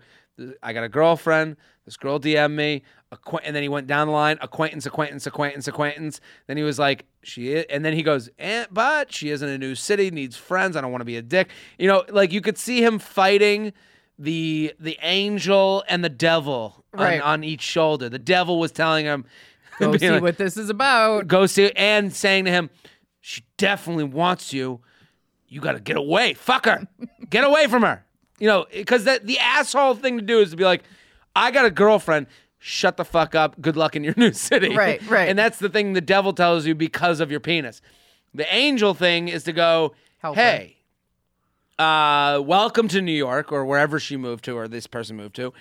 I got a girlfriend. This girl DM me. Acquaint- and then he went down the line, acquaintance, acquaintance, acquaintance, acquaintance. Then he was like, she is, and then he goes, eh, but she is in a new city, needs friends. I don't want to be a dick. You know, like you could see him fighting the the angel and the devil on-
Right.
on, each shoulder. The devil was telling him,
Go
being
see
like,
what this is about.
go see, and saying to him, she definitely wants you. You got to get away. Fuck her. get away from her. You know, because that the asshole thing to do is to be like, I got a girlfriend. Shut the fuck up. Good luck in your new city.
Right, right.
And that's the thing the devil tells you because of your penis. The angel thing is to go,
Help her.
hey, uh, welcome to New York or wherever she moved to or this person moved to.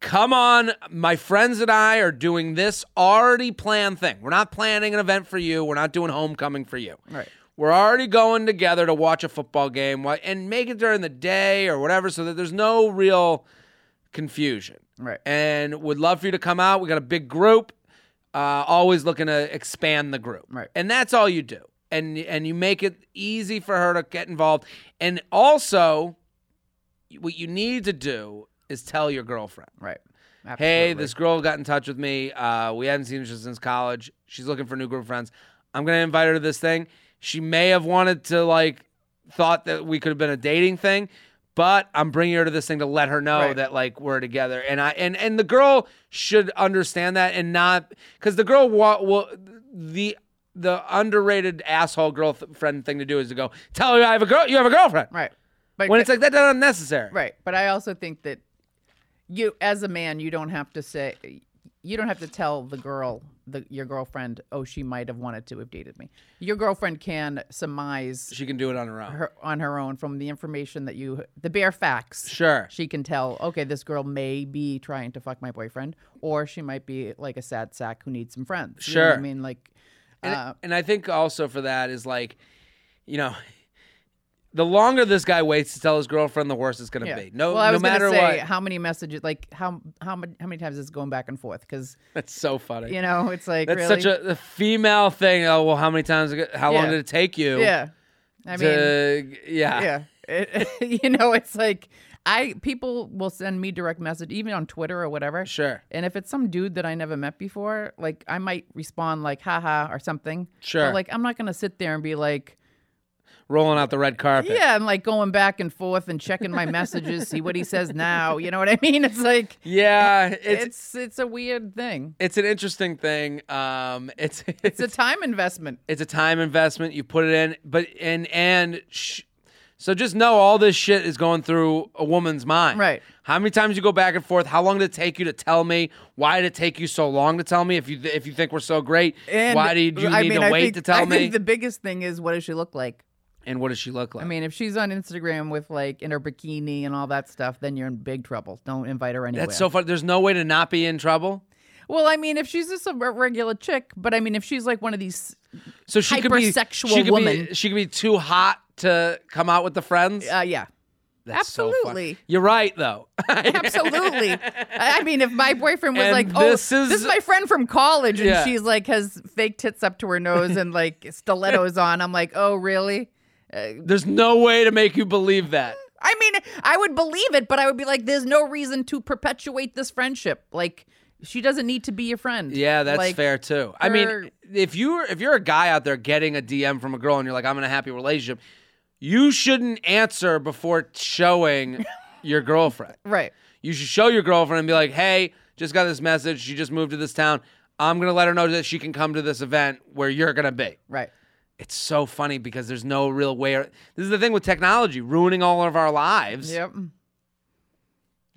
Come on, my friends and I are doing this already planned thing. We're not planning an event for you. We're not doing homecoming for you.
Right.
We're already going together to watch a football game wh- and make it during the day or whatever so that there's no real confusion.
Right.
And would love for you to come out. We got a big group. Uh, always looking to expand the group.
Right.
And that's all you do. And and you make it easy for her to get involved. And also, what you need to do is tell your girlfriend.
Right.
Hey,
Absolutely.
this girl got in touch with me. Uh, we haven't seen each other since college. She's looking for a new group of friends. I'm gonna invite her to this thing. She may have wanted to like thought that we could have been a dating thing, but I'm bringing her to this thing to let her know
Right.
that like we're together. And I and and the girl should understand that and not because the girl wa- wa- the the underrated asshole girlfriend thing to do is to go tell her I have a girl. You have a girlfriend.
Right. But
When it's like that's unnecessary.
Right. But I also think that you, as a man, you don't have to say, you don't have to tell the girl, the, your girlfriend, oh, she might have wanted to have dated me. Your girlfriend can surmise
She can do it on her own.
her on her own from the information that you, the bare facts.
Sure.
She can tell, okay, this girl may be trying to fuck my boyfriend, or she might be like a sad sack who needs some friends. You know what
Sure.
I mean, like,
And,
uh,
and I think also for that is like, you know, the longer this guy waits to tell his girlfriend, the worse it's going to
yeah.
be. No,
well, I
no
was gonna
matter
say,
what.
how many messages, like, how how many how many times is it going back and forth? Because
That's so funny.
you know, it's like
That's
really,
such a, a female thing. Oh well, how many times? ago- How long
Yeah.
did it take you?
yeah. I mean,
to- yeah,
yeah.
Ah.
It- you know, it's like I people will send me direct message even on Twitter or whatever.
Sure.
And if it's some dude that I never met before, like I might respond like haha or something.
Sure.
But like I'm not going to sit there and be like
Rolling out the red carpet.
yeah, I'm like going back and forth and checking my messages, see what he says now. You know what I mean? It's like
Yeah,
it's
it's
it's, a weird thing.
it's an interesting thing. Um, it's
It's a time investment.
it's a time investment you put it in but and and sh- so just know all this shit is going through a woman's mind
Right.
how many times you go back and forth how long did it take you to tell me why did it take you so long to tell me if you if you think we're so great
And
why did you
I
need
mean,
to
I
wait
think-
to tell
I
me
think the biggest thing is what does she look like?
and what does she look like
I mean, if she's on Instagram with like in her bikini and all that stuff, then you're in big trouble. Don't invite her anywhere.
that's so fun there's no way to not be in trouble
Well, I mean, if she's just a re- regular chick, but I mean, if she's like one of these,
so she could be
Hypersexual
she could be,
woman.
she could be too hot to come out with the friends
uh, yeah,
That's so fun.
absolutely.
you're right though
absolutely. I I mean, if my boyfriend was
And
like, "Oh,
this
this
is-
is, my friend from college," and
Yeah.
she's like has fake tits up to her nose and like stilettos on, I'm like, "Oh, really?"
there's no way to make you believe that
I mean, I would believe it, but I would be like, "There's no reason to perpetuate this friendship." Like, she doesn't need to be your friend.
Yeah, that's
Like,
fair too. I mean,
her-
if you're if you're a guy out there getting a DM from a girl and you're like, I'm in a happy relationship, you shouldn't answer before showing your girlfriend.
Right.
You should show your girlfriend and be like, Hey, just got this message. She just moved to this town. I'm gonna let her know that she can come to this event where you're gonna be.
Right.
It's so funny because there's no real way. Or, this is the thing with technology ruining all of our lives.
Yep.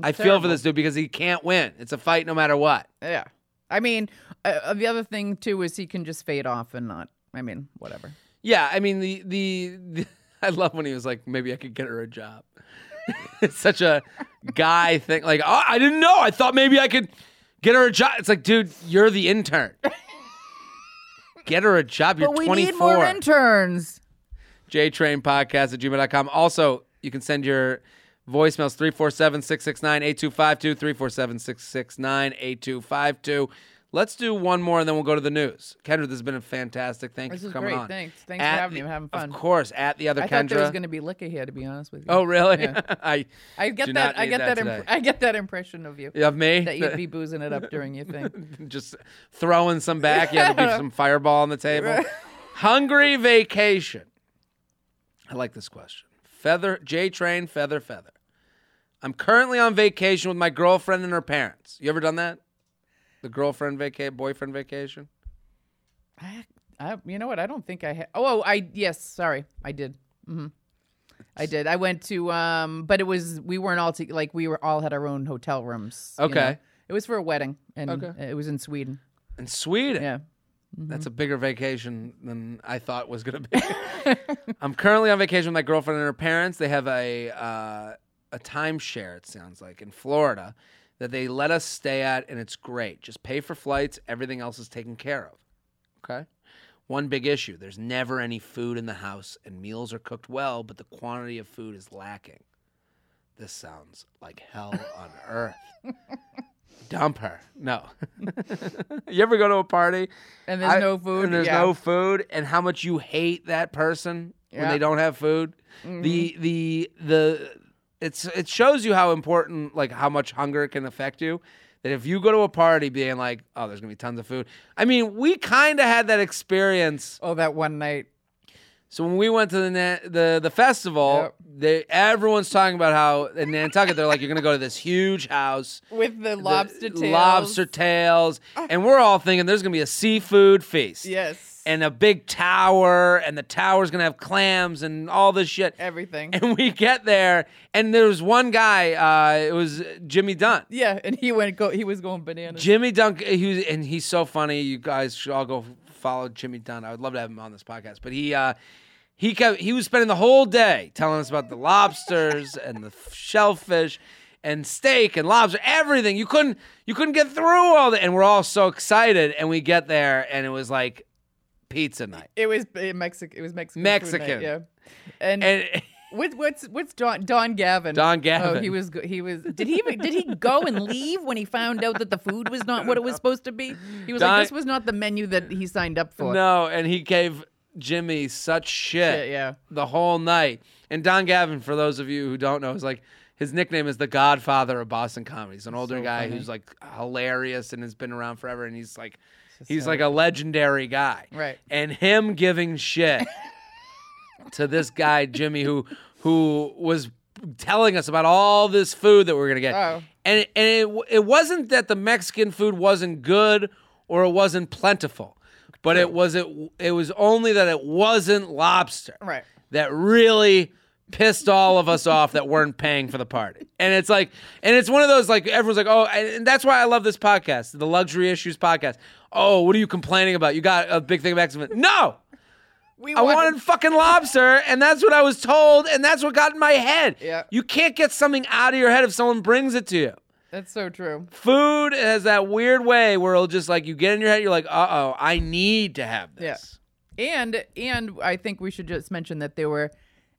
I feel for
terrible.
this dude because he can't win. It's a fight no matter what.
Yeah. I mean, uh, the other thing too is he can just fade off and not. I mean, whatever.
Yeah, I mean the the, the I love when he was like, maybe I could get her a job. it's such a guy thing. Like, oh, I didn't know. I thought maybe I could get her a job. It's like, dude, you're the intern. Get her a job. You're
But we
24.
need more interns.
jtrainpodcast at gmail.com. Also, you can send your voicemails 347 669 8252. 347 669 8252. Let's do one more and then we'll go to the news. Kendra, this has been a fantastic. Thank
This
you
is
for coming
great.
on.
Thanks. Thanks for
At
having
the-
me. I'm having fun.
Of course, at the other
I thought
Kendra.
there was going to be liquor here, to be honest with you.
oh, really?
Yeah.
I,
I get
do
that.
not
I
need
get
that
that. impr-
today.
I get that impression of you
of me?
that you'd be boozing it up during your thing.
just throwing some back. You had to be some fireball on the table. Hungry vacation. I like this question. Feather J train feather feather. I'm currently on vacation with my girlfriend and her parents. You ever done that? The girlfriend vacation, boyfriend vacation.
I, I, you know what? I don't think I had. Oh, oh, I yes. Sorry, I did. hmm I did. I went to. Um, but it was we weren't all to, like we were all had our own hotel rooms. you know.
Okay.
It was for a wedding, and
Okay.
it was in Sweden.
In Sweden,
Yeah.
that's a bigger vacation than I thought was going to be. I'm currently on vacation with my girlfriend and her parents. They have a uh, a timeshare. It sounds like in Florida that they let us stay at, and it's great. Just pay for flights. Everything else is taken care of. Okay. One big issue: there's never any food in the house, and meals are cooked well, but the quantity of food is lacking. This sounds like hell on earth. Dump her. No. you ever go to a party
And there's
I-
no food.
And there's
yeah.
no food, and how much you hate that person when
Yeah. Mm-hmm.
they don't have food. The the the it's it shows you how important like how much hunger can affect you. That if you go to a party being like, oh, there's gonna be tons of food. I mean, we kind of had that experience.
Oh, that one night.
So when we went to the na- the the festival,
Yep.
they everyone's talking about how in Nantucket they're like, you're gonna go to this huge house
With the
the
lobster tails.
lobster tails, and we're all thinking there's gonna be a seafood feast.
Yes.
and a big tower, and the tower's gonna have clams and all this shit.
everything.
And we get there, and there was one guy. Uh, it was Jimmy Dunn.
yeah, and he went go. He was going bananas.
Jimmy Dunn. He was, and he's so funny. You guys should all go follow Jimmy Dunn. I would love to have him on this podcast, but he. Uh, he kept, he was spending the whole day telling us about the lobsters and the shellfish and steak and lobster everything you couldn't you couldn't get through all that and we're all so excited and we get there and it was like pizza night
It was uh, Mexican. It was Mexican. food
Mexican.
night, yeah. And,
and
What, what's what's Don Don Gavin?
Don
Oh,
Gavin.
he was go- he was. Did he even did he go and leave when he found out that the food was not what it was supposed to be? He was
Don-
like, this was not the menu that he signed up for.
No, and he gave Jimmy such shit
Shit, yeah.
the whole night. And Don Gavin, for those of you who don't know, is like his nickname is the Godfather of Boston comedy. He's an older guy who's like hilarious and has been around forever, and he's like he's like a legendary guy.
Right.
And him giving shit to this guy Jimmy who who was telling us about all this food that we are gonna get.
Oh.
And and it, w- it wasn't that the Mexican food wasn't good or it wasn't plentiful, but it was it it was only that it wasn't lobster
Right.
that really pissed all of us off that weren't paying for the party. And it's like, and it's one of those like everyone's like, oh, and and that's why I love this podcast, the Luxury Issues podcast. Oh, what are you complaining about? You got a big thing of Mexican. No,
We
I wanted fucking lobster, and that's what I was told, and that's what got in my head.
Yeah.
You can't get something out of your head if someone brings it to you.
That's so true.
Food has that weird way where it'll just like you get in your head, you're like, uh oh, I need to have this.
Yeah. And and I think we should just mention that there were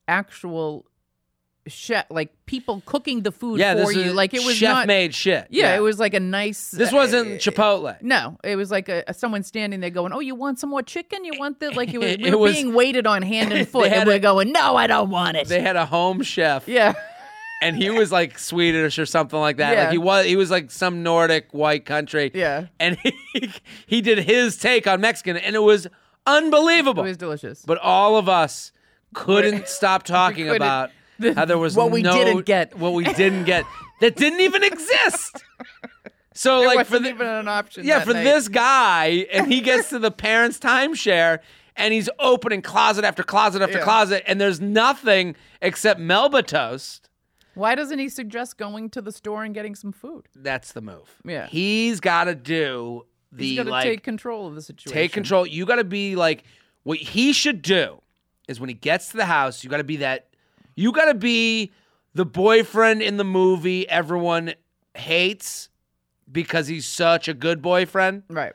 actual chef like people cooking the food
Yeah,
for
this
you.
is
like it was
chef
not.
made shit.
yeah, it was like a nice.
This
uh,
wasn't Chipotle.
No, it was like a, a- someone standing there going, "Oh, you want some more chicken? You want this?" Like it was, we
It
were
was-
being waited on hand and foot,
had
and we're going, "No, I don't want it."
They had a home chef,
yeah,
and he was like Swedish or something like that.
Yeah.
Like he was, he was like some Nordic white country.
Yeah.
and he he did his take on Mexican, and it was
it
unbelievable.
was delicious.
but all of us couldn't stop talking
couldn't.
about
The-
how there was
what we
no-
didn't get.
what we didn't get that didn't even exist. So
There
like for
wasn't
the,
even an option.
Yeah,
that
for
night.
this guy, and he gets to the parents' timeshare, and he's opening closet after closet after
Yeah.
closet, and there's nothing except Melba toast.
why doesn't he suggest going to the store and getting some food?
That's the move.
Yeah.
he's got to do the
He's got to
like
take control of the situation.
take control. You got to be like what he should do is when he gets to the house, you got to be that. You got to be the boyfriend in the movie everyone hates because he's such a good boyfriend.
Right.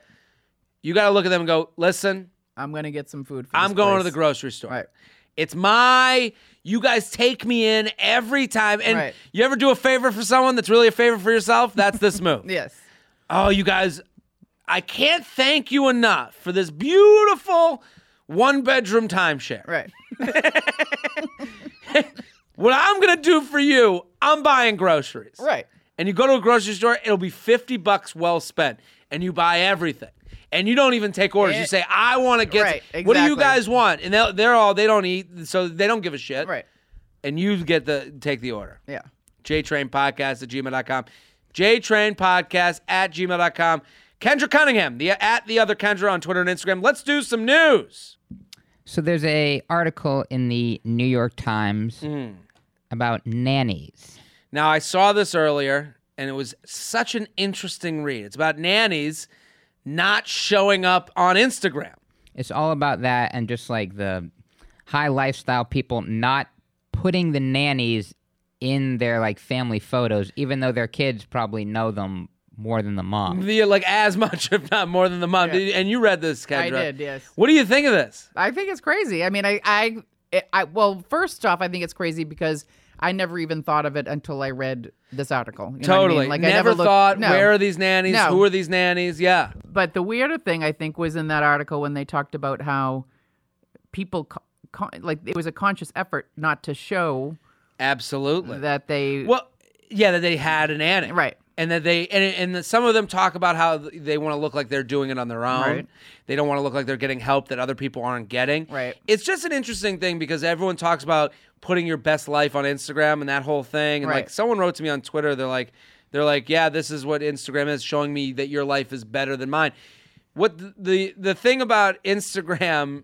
You got to look at them and go, listen,
I'm gonna get some food. For
I'm
this
going
place.
to the grocery store.
Right.
It's my. You guys take me in every time. And
Right.
you ever do a favor for someone that's really a favor for yourself? That's this move.
Yes.
Oh, you guys, I can't thank you enough for this beautiful one bedroom timeshare.
Right.
What I'm going to do for you, I'm buying groceries.
Right.
And you go to a grocery store, it'll be 50 bucks well spent, and you buy everything. And you don't even take orders. you
Eh,
say, I want to get.
right,
What do you
exactly.
guys want? And they'll- they're all, they don't eat, so they don't give a shit.
Right.
And you get the, take the order.
Yeah.
JTrain Podcast at gmail.com. JTrain Podcast at gmail.com. Kendra Cunningham, the at the other Kendra on Twitter and Instagram. Let's do some news.
So there's a article in the New York Times
Mm.
about nannies.
Now I saw this earlier and it was such an interesting read. It's about nannies not showing up on Instagram.
It's all about that and just like the high lifestyle people not putting the nannies in their like family photos, even though their kids probably know them more than the mom.
The, like as much, if not more than the mom.
Yeah.
And you read this, Kendra.
I did. Yes.
What do you think of this?
I think it's crazy. I mean, I, I, it- I, well, first off, I think it's crazy because I never even thought of it until I read this article. You know what I mean?
totally.
Like
never,
I never looked-
thought,
no.
where are these nannies?
No.
Who are these nannies? Yeah.
But the weirder thing I think was in that article when they talked about how people, co- con- like, it was a conscious effort not to show
Absolutely.
that they.
Well, yeah, that they had an nanny,
Right.
And that they and and that some of them talk about how th- they want to look like they're doing it on their own.
Right.
They don't want to look like they're getting help that other people aren't getting.
Right.
It's just an interesting thing because everyone talks about putting your best life on Instagram and that whole thing. And like
Right.
someone wrote to me on Twitter, they're like, they're like, yeah, this is what Instagram is showing me that your life is better than mine. What the the, the thing about Instagram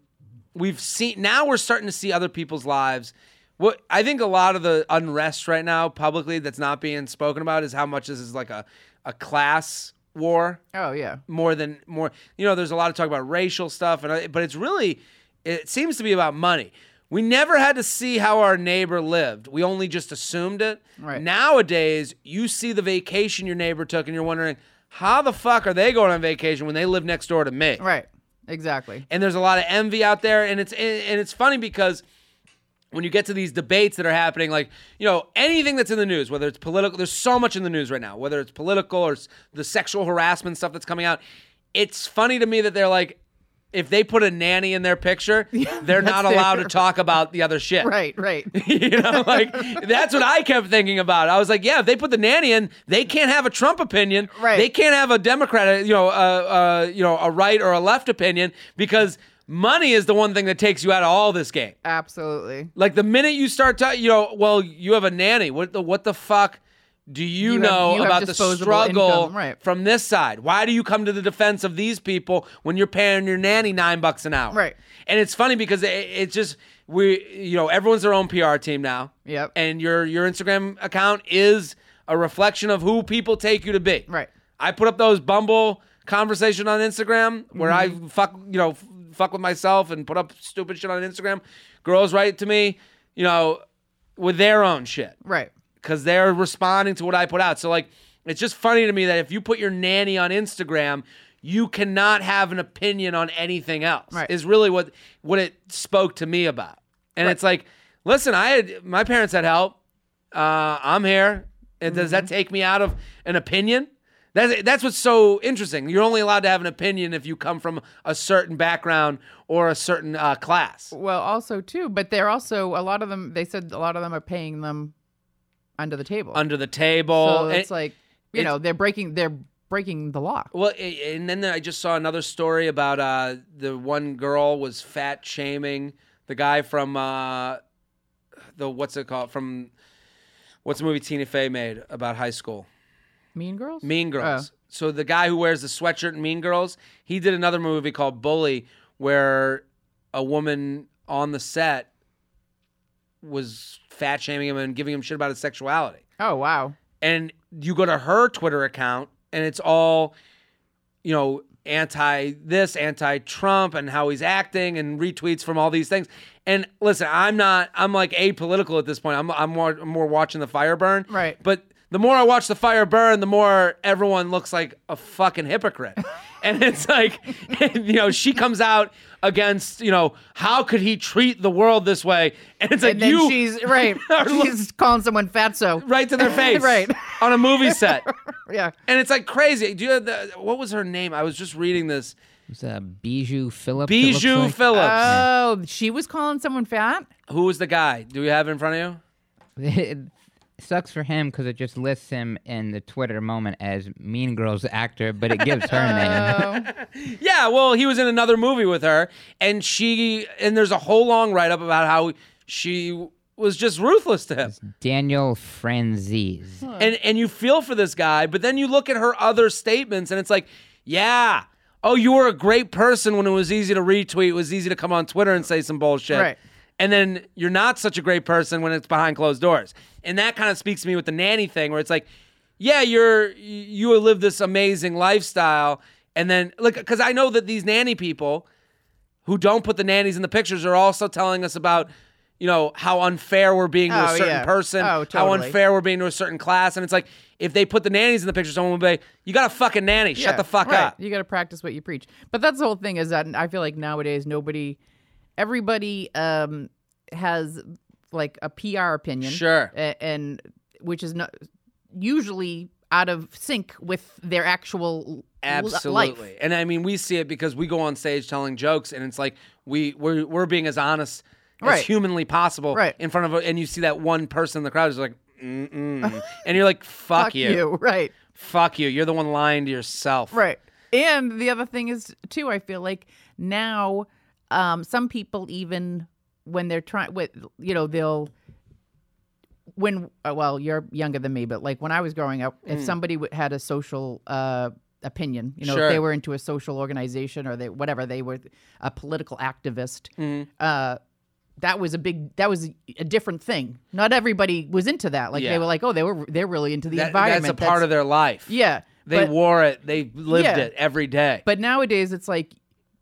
we've seen now we're starting to see other people's lives what i think a lot of the unrest right now publicly that's not being spoken about is how much this is like a, a class war
oh, yeah.
more than more you know there's a lot of talk about racial stuff and I- but it's really it seems to be about money we never had to see how our neighbor lived we only just assumed it
Right.
nowadays you see the vacation your neighbor took and you're wondering how the fuck are they going on vacation when they live next door to me
Right. Exactly.
and there's a lot of envy out there and it's and it's funny because when you get to these debates that are happening like you know anything that's in the news whether it's political there's so much in the news right now whether it's political or s- the sexual harassment stuff that's coming out it's funny to me that they're like if they put a nanny in their picture they're not
that's it.
allowed to talk about the other shit
Right. Right.
you know, like that's what I kept thinking about. I was like, yeah, if they put the nanny in, they can't have a Trump opinion.
Right.
They can't have a Democrat, you know, uh, uh, you know, a right or a left opinion because money is the one thing that takes you out of all this game.
Absolutely.
Like the minute you start talking, you know, well, you have a nanny. What the what the fuck do you,
You have-
know
you have
about the
disposable
struggle
income, right.
from this side? Why do you come to the defense of these people when you're paying your nanny nine bucks an hour?
Right.
And it's funny because it, it's just we, you know, everyone's their own PR team now.
Yep.
And your your Instagram account is a reflection of who people take you to be.
Right.
I put up those Bumble conversation on Instagram where I fuck, you know, f- fuck with myself and put up stupid shit on Instagram. Girls write to me, you know, with their own shit
Right.
because they're responding to what I put out. So like, it's just funny to me that if you put your nanny on Instagram, you cannot have an opinion on anything else.
Right.
Is really what what it spoke to me about. And it's like, listen, I had my parents had help. Uh, I'm here. And does
Mm-hmm.
that take me out of an opinion? That's, that's what's so interesting. You're only allowed to have an opinion if you come from a certain background or a certain uh, class.
Well, also too, but they're also a lot of them. They said a lot of them are paying them under the table.
Under the table.
so
And-
it's like you
it's-
know they're breaking they're breaking the law.
Well, a- and then I just saw another story about uh, the one girl was fat shaming the guy from uh, the what's it called from what's the movie Tina Fey made about high school?
Mean Girls.
Mean Girls. So the guy who wears the sweatshirt in Mean Girls, he did another movie called Bully, where a woman on the set was fat shaming him and giving him shit about his sexuality
Oh wow.
and you go to her Twitter account, and it's all, you know, anti this, anti Trump, and how he's acting, and retweets from all these things. And listen, I'm not. I'm like apolitical at this point. I'm I'm more, I'm more watching the fire burn.
Right.
But the more I watch the fire burn, the more everyone looks like a fucking hypocrite. And it's like, you know, she comes out against, you know, how could he treat the world this way? And it's like
And then
you
she's right.
are look-
She's calling someone fatso.
right to their face,
Right.
on a movie set.
Yeah.
And it's like crazy. Do you have the, what was her name? I was just reading this.
It's uh, Bijou Phillips. it looks
Bijou
like. uh,
Phillips.
Oh, she was calling someone fat.
Who was the guy? Do we have it in front of you?
it sucks for him because it just lists him in the Twitter moment as Mean Girls actor, but it gives her name.
Yeah, well, he was in another movie with her, and she and there's a whole long write up about how she was just ruthless to him.
Daniel Franzese.
and and you feel for this guy, but then you look at her other statements and it's like, yeah, oh, you were a great person when it was easy to retweet, it was easy to come on Twitter and say some bullshit.
Right.
And then you're not such a great person when it's behind closed doors. And that kind of speaks to me with the nanny thing where it's like, yeah, you're you live this amazing lifestyle and then like cuz I know that these nanny people who don't put the nannies in the pictures are also telling us about you know how unfair we're being to a
Oh,
certain
yeah.
person,
Oh,
how
totally.
unfair we're being to a certain class, and it's like if they put the nannies in the picture, someone would be, "You got a fucking nanny, shut
Yeah,
the fuck
right.
up."
You got to practice what you preach. But that's the whole thing is that I feel like nowadays nobody, everybody um, has like a PR opinion.
Sure.
a- And, which is not usually out of sync with their actual l- life.
Absolutely, and I mean we see it because we go on stage telling jokes, and it's like we we're, we're being as honest as
Right.
humanly possible
Right.
in front of, a, and you see that one person in the crowd is like, Mm-mm. and you're like, "Fuck,
Fuck you. Right.
fuck you," you're the one lying to yourself,
Right. And the other thing is too, I feel like now um, some people even when they're trying with you know they'll when uh, well you're younger than me but like when i was growing up if
Mm.
somebody w- had a social uh, opinion you know
Sure.
if they were into a social organization or they whatever they were a political activist
Mm-hmm.
uh, that was a big that was a different thing not everybody was into that like
Yeah.
they were like oh they were they're really into the
That-
environment
that's a part of their life.
yeah
They
but-
wore it. They lived
Yeah.
it every day.
but nowadays, it's like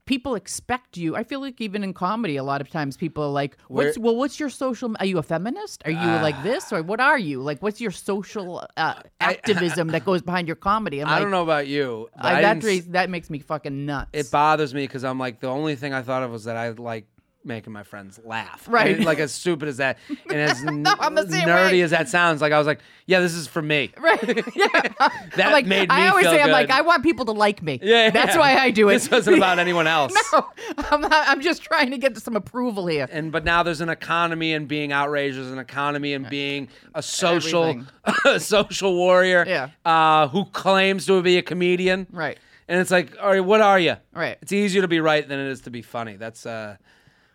people expect you. I feel like even in comedy, a lot of times people are like, "What's well? What's your social? Are you a feminist? Are you like
Ah.
this? Or what are you like? What's your social uh, activism that goes behind your comedy?" I'm
I
like,
don't know about you. but
I-
I
that
didn't
rais- that makes me fucking nuts.
it bothers me because I'm like the only thing I thought of was that I like making my friends laugh.
Right.
And, like as stupid as that, and as
I'm the same
nerdy
way.
as that sounds, like I was like, yeah, this is for me.
Right. Yeah.
That
I'm like,
made me
I always
feel
say,
good.
I'm like, I want people to like me.
Yeah, yeah,
That's
yeah.
why I do it.
This wasn't about anyone else.
no, I'm not, I'm just trying to get some approval here.
And but now there's an economy and being outraged. There's an economy and being a social,
Everything.
a social warrior.
Yeah.
Uh, who claims to be a comedian?
Right.
And it's like, all right, what are you?
Right.
It's easier to be right than it is to be funny. That's uh,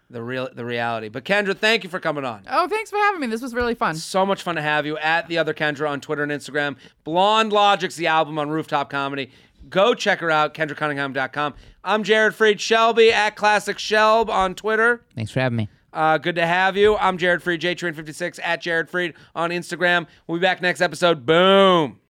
the real the reality. But Kendra, thank you for coming on.
Oh, thanks for having me. This was really fun.
So much fun to have you at the other Kendra on Twitter and Instagram. Blonde Logic's the album on Rooftop Comedy. Go check her out, KendraCunningham.com. I'm Jared Freed Shelby at Classic Shelb on Twitter.
Thanks for having me.
Uh, good to have you. I'm Jared Freed, JTrain56 at Jared Freed on Instagram. We'll be back next episode. Boom.